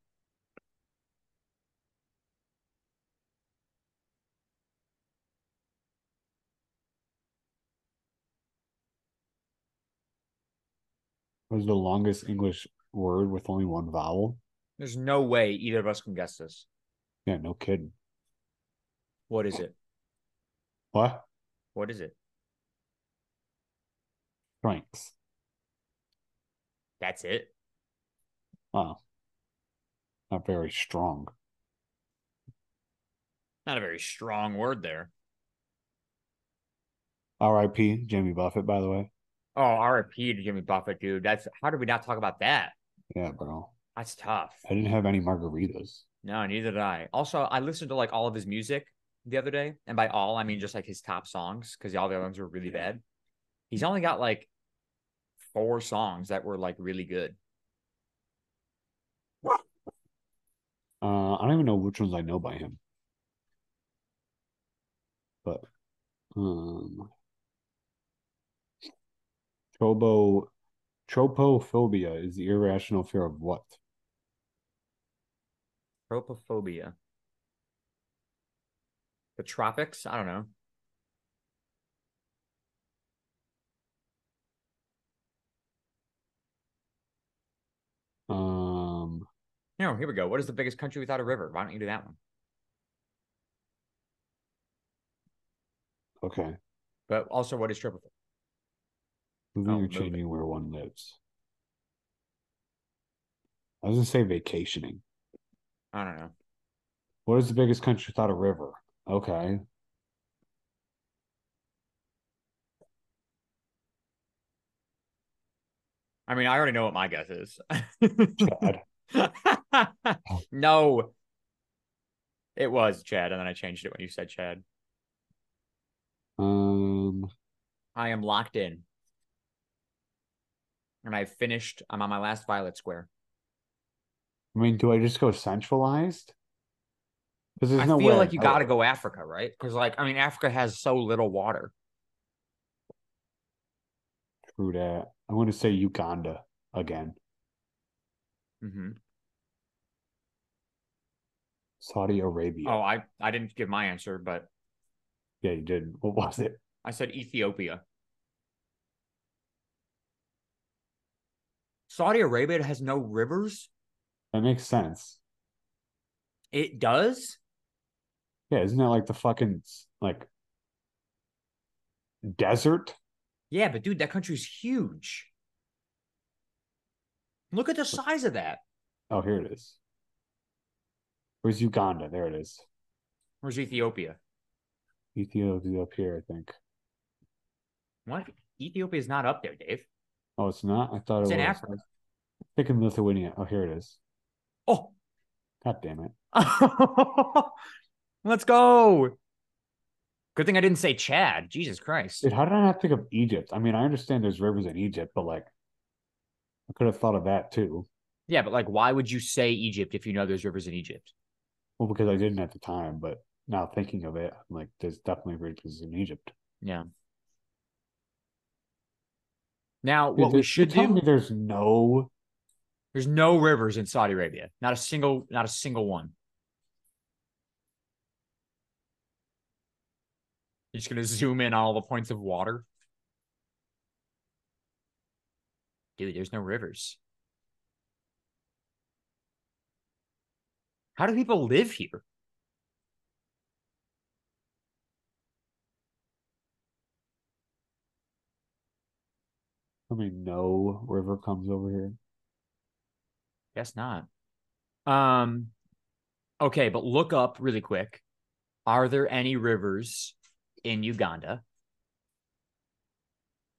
was the longest English word with only one vowel?
There's no way either of us can guess this.
Yeah, no kidding.
What is it?
What?
What is it?
Franks.
That's it.
Wow. Not very strong.
Not a very strong word there.
R.I.P. Jimmy Buffett, by the way.
Oh, RIP to Jimmy Buffett, dude. That's how did we not talk about that?
Yeah, bro.
That's tough.
I didn't have any margaritas.
No, neither did I. Also, I listened to like all of his music the other day, and by all I mean just like his top songs because all the other ones were really bad. He's only got like four songs that were like really good.
Uh, I don't even know which ones I know by him. But um Trobo tropophobia is the irrational fear of what?
Tropophobia. The tropics? I don't know.
Um
No, here we go. What is the biggest country without a river? Why don't you do that one?
okay.
But also, what is tropophobia?
Moving
Oh,
or
moving.
changing where one lives. I was gonna say vacationing.
I don't know.
What is the biggest country without a river? Okay.
I mean, I already know what my guess is.
Chad.
no. It was Chad, and then I changed it when you said Chad.
um
I am locked in. And I finished. I'm on my last violet square.
I mean, do I just go centralized? Because there's
I
no
feel
way
like you
know
got to
it.
go Africa, right? Because, like, I mean, Africa has so little water.
True that. I want to say Uganda again.
Mm-hmm.
Saudi Arabia.
Oh, I, I didn't give my answer, but
Yeah, you did. What was it?
I said Ethiopia. Saudi Arabia has no rivers?
That makes sense.
It does?
Yeah, isn't that like the fucking like desert?
Yeah, but dude, that country's huge. Look at the size of that.
Oh, here it is. Where's Uganda? There it is.
Where's Ethiopia?
Ethiopia up here, I think.
What? Ethiopia is not up there, Dave.
Oh, it's not. I thought
It's
it
in
was.
Africa.
Thinking Lithuania. Oh, here it is.
Oh,
God damn it.
let's go. Good thing I didn't say Chad. Jesus Christ.
Dude, how did I not think of Egypt? I mean, I understand there's rivers in Egypt, but like, I could have thought of that too.
Yeah, but like, why would you say Egypt if you know there's rivers in Egypt?
Well, because I didn't at the time, but now thinking of it, I'm like, there's definitely rivers in Egypt.
Yeah. Now,
Dude,
what we
there's- you're
should
telling
do,
me there's no.
there's no rivers in Saudi Arabia. Not a single, not a single one. You're just gonna zoom in on all the points of water. Dude, there's no rivers. How do people live here?
I mean, no river comes over here.
Guess not. Um, okay, but look up really quick. Are there any rivers in Uganda?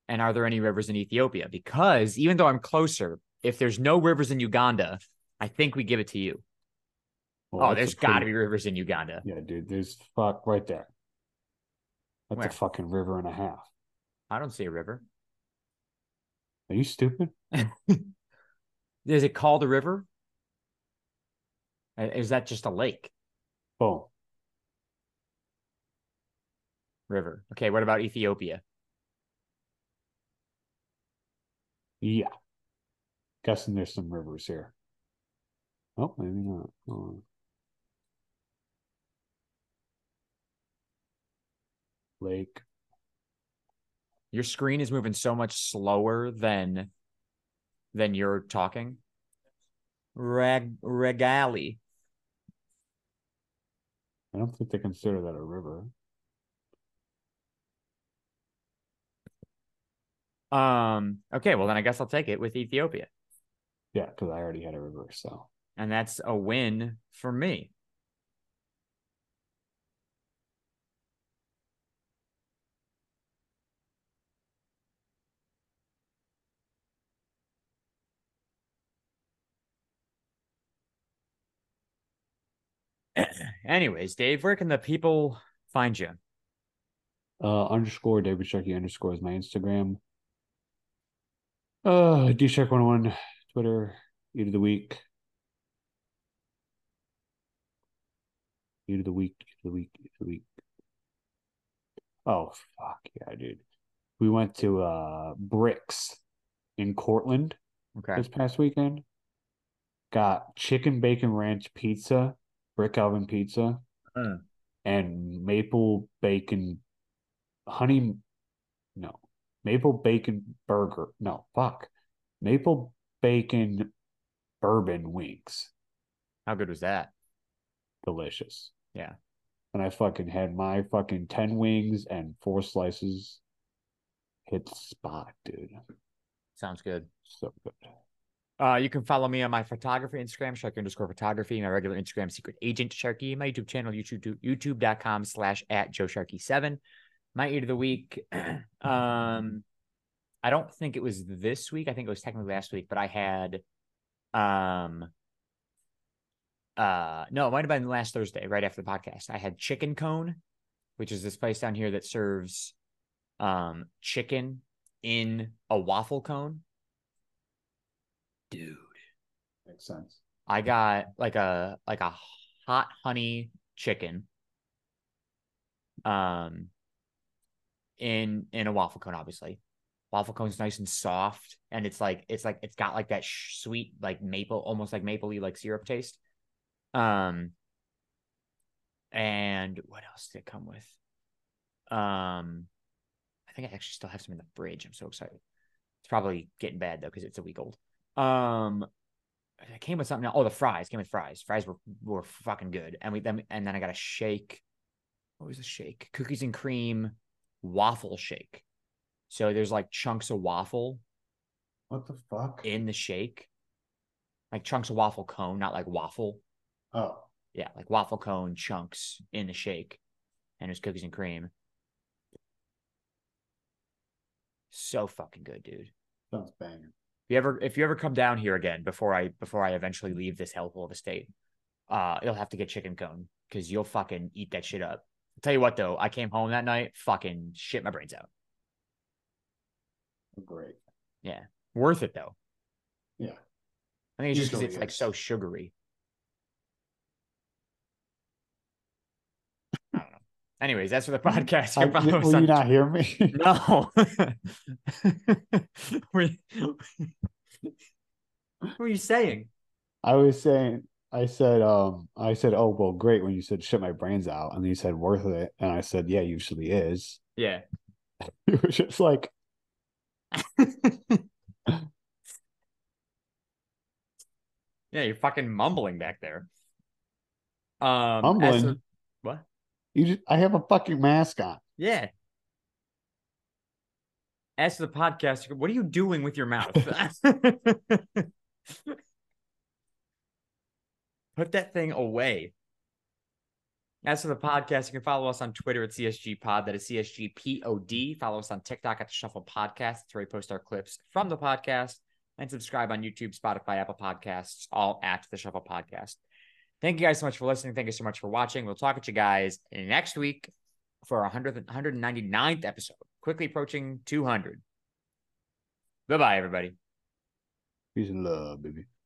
And are there any rivers in Ethiopia? Because even though I'm closer, if there's no rivers in Uganda, I think we give it to you.
Well,
oh,
that's a
there's got to
pretty-
be rivers in Uganda.
Yeah, dude, there's fuck right there. That's
Where?
a fucking river and a half.
I don't see a river.
Are you stupid?
Is it called a river? Uh, Is that just a lake
Boom.
river? Okay, what about Ethiopia?
Yeah. Guessing there's some rivers here. Oh, maybe not. Oh. Lake.
Your screen is moving so much slower than than you're talking. Reg regali.
I don't think they consider that a river.
Um. Okay. Well, then I guess I'll take it with Ethiopia,
Yeah, because I already had a river, so.
and that's a win for me. Anyways, Dave, where can the people find you?
uh underscore David Sharkey underscore is my Instagram. Uh DShark101, Twitter, Eat of the Week. Eat of the Week, Eat of the Week, Eat of the Week. Oh fuck yeah, dude. We went to uh Bricks in Cortland
Okay.
this past weekend. Got chicken bacon ranch pizza, brick oven pizza,
Hmm.
Mm.
and maple bacon honey. No, maple bacon burger. No, fuck. Maple bacon bourbon wings.
How good was that?
Delicious.
Yeah.
And I fucking had my fucking 10 wings and four slices hit the spot, dude.
Sounds good.
So good.
Uh, you can follow me on my photography Instagram, Sharky underscore photography, my regular Instagram, Secret Agent Sharky, my YouTube channel, YouTube, youtube.com slash at Joe Sharky7. My eat of the week. um, I don't think it was this week. I think it was technically last week, but I had, um, uh, no, it might have been last Thursday, right after the podcast. I had Chicken Cone, which is this place down here that serves, um, chicken in a waffle cone. Dude.
Makes sense.
I got like a like a hot honey chicken. Um in in a waffle cone obviously. Waffle cone's nice and soft and it's like it's like it's got like that sh- sweet like maple almost like mapley like syrup taste. Um and what else did it come with? Um I think I actually still have some in the fridge. I'm so excited. It's probably getting bad though cuz it's a week old. Um it came with something. else. Oh, the fries came with fries. Fries were were fucking good. And we then and then I got a shake. What was the shake? Cookies and cream waffle shake. So there's like chunks of waffle
What the fuck?
in the shake, like chunks of waffle cone, not like waffle.
oh,
Yeah, like waffle cone chunks in the shake, and it was cookies and cream. So fucking good, dude.
sounds banging.
If you ever if you ever come down here again before I before I eventually leave this hellhole of a state, uh, you'll have to get chicken cone because you'll fucking eat that shit up. tell you what though, I came home that night, fucking shit my brains out.
Great.
Worth it though.
Yeah.
I think it's just because
Usually
it's like
is.
so sugary. I don't know. Anyways, that's for the podcast. You
I,
can follow us
will
on
you not hear me?
No. Were you- what were you saying?
I was saying, I said, um, I said, oh well, great when you said shit my brains out, and you said worth it, and I said, yeah, usually is.
Yeah.
It was just like,
Yeah, you're fucking mumbling back there. Um,
Mumbling?
as of- what?
you, just, I have a fucking mask on.
Yeah. as to the podcast, what are you doing with your mouth? Put that thing away. As for the podcast, you can follow us on Twitter at CSG Pod. That is CSG POD. Follow us on TikTok at the Shuffle Podcast. That's where we post our clips from the podcast. And subscribe on YouTube, Spotify, Apple Podcasts, all at the Shuffle Podcast. Thank you guys so much for listening. Thank you so much for watching. We'll talk at you guys next week for our 100th, 199th episode, quickly approaching 200. Goodbye, everybody.
Peace and love, baby.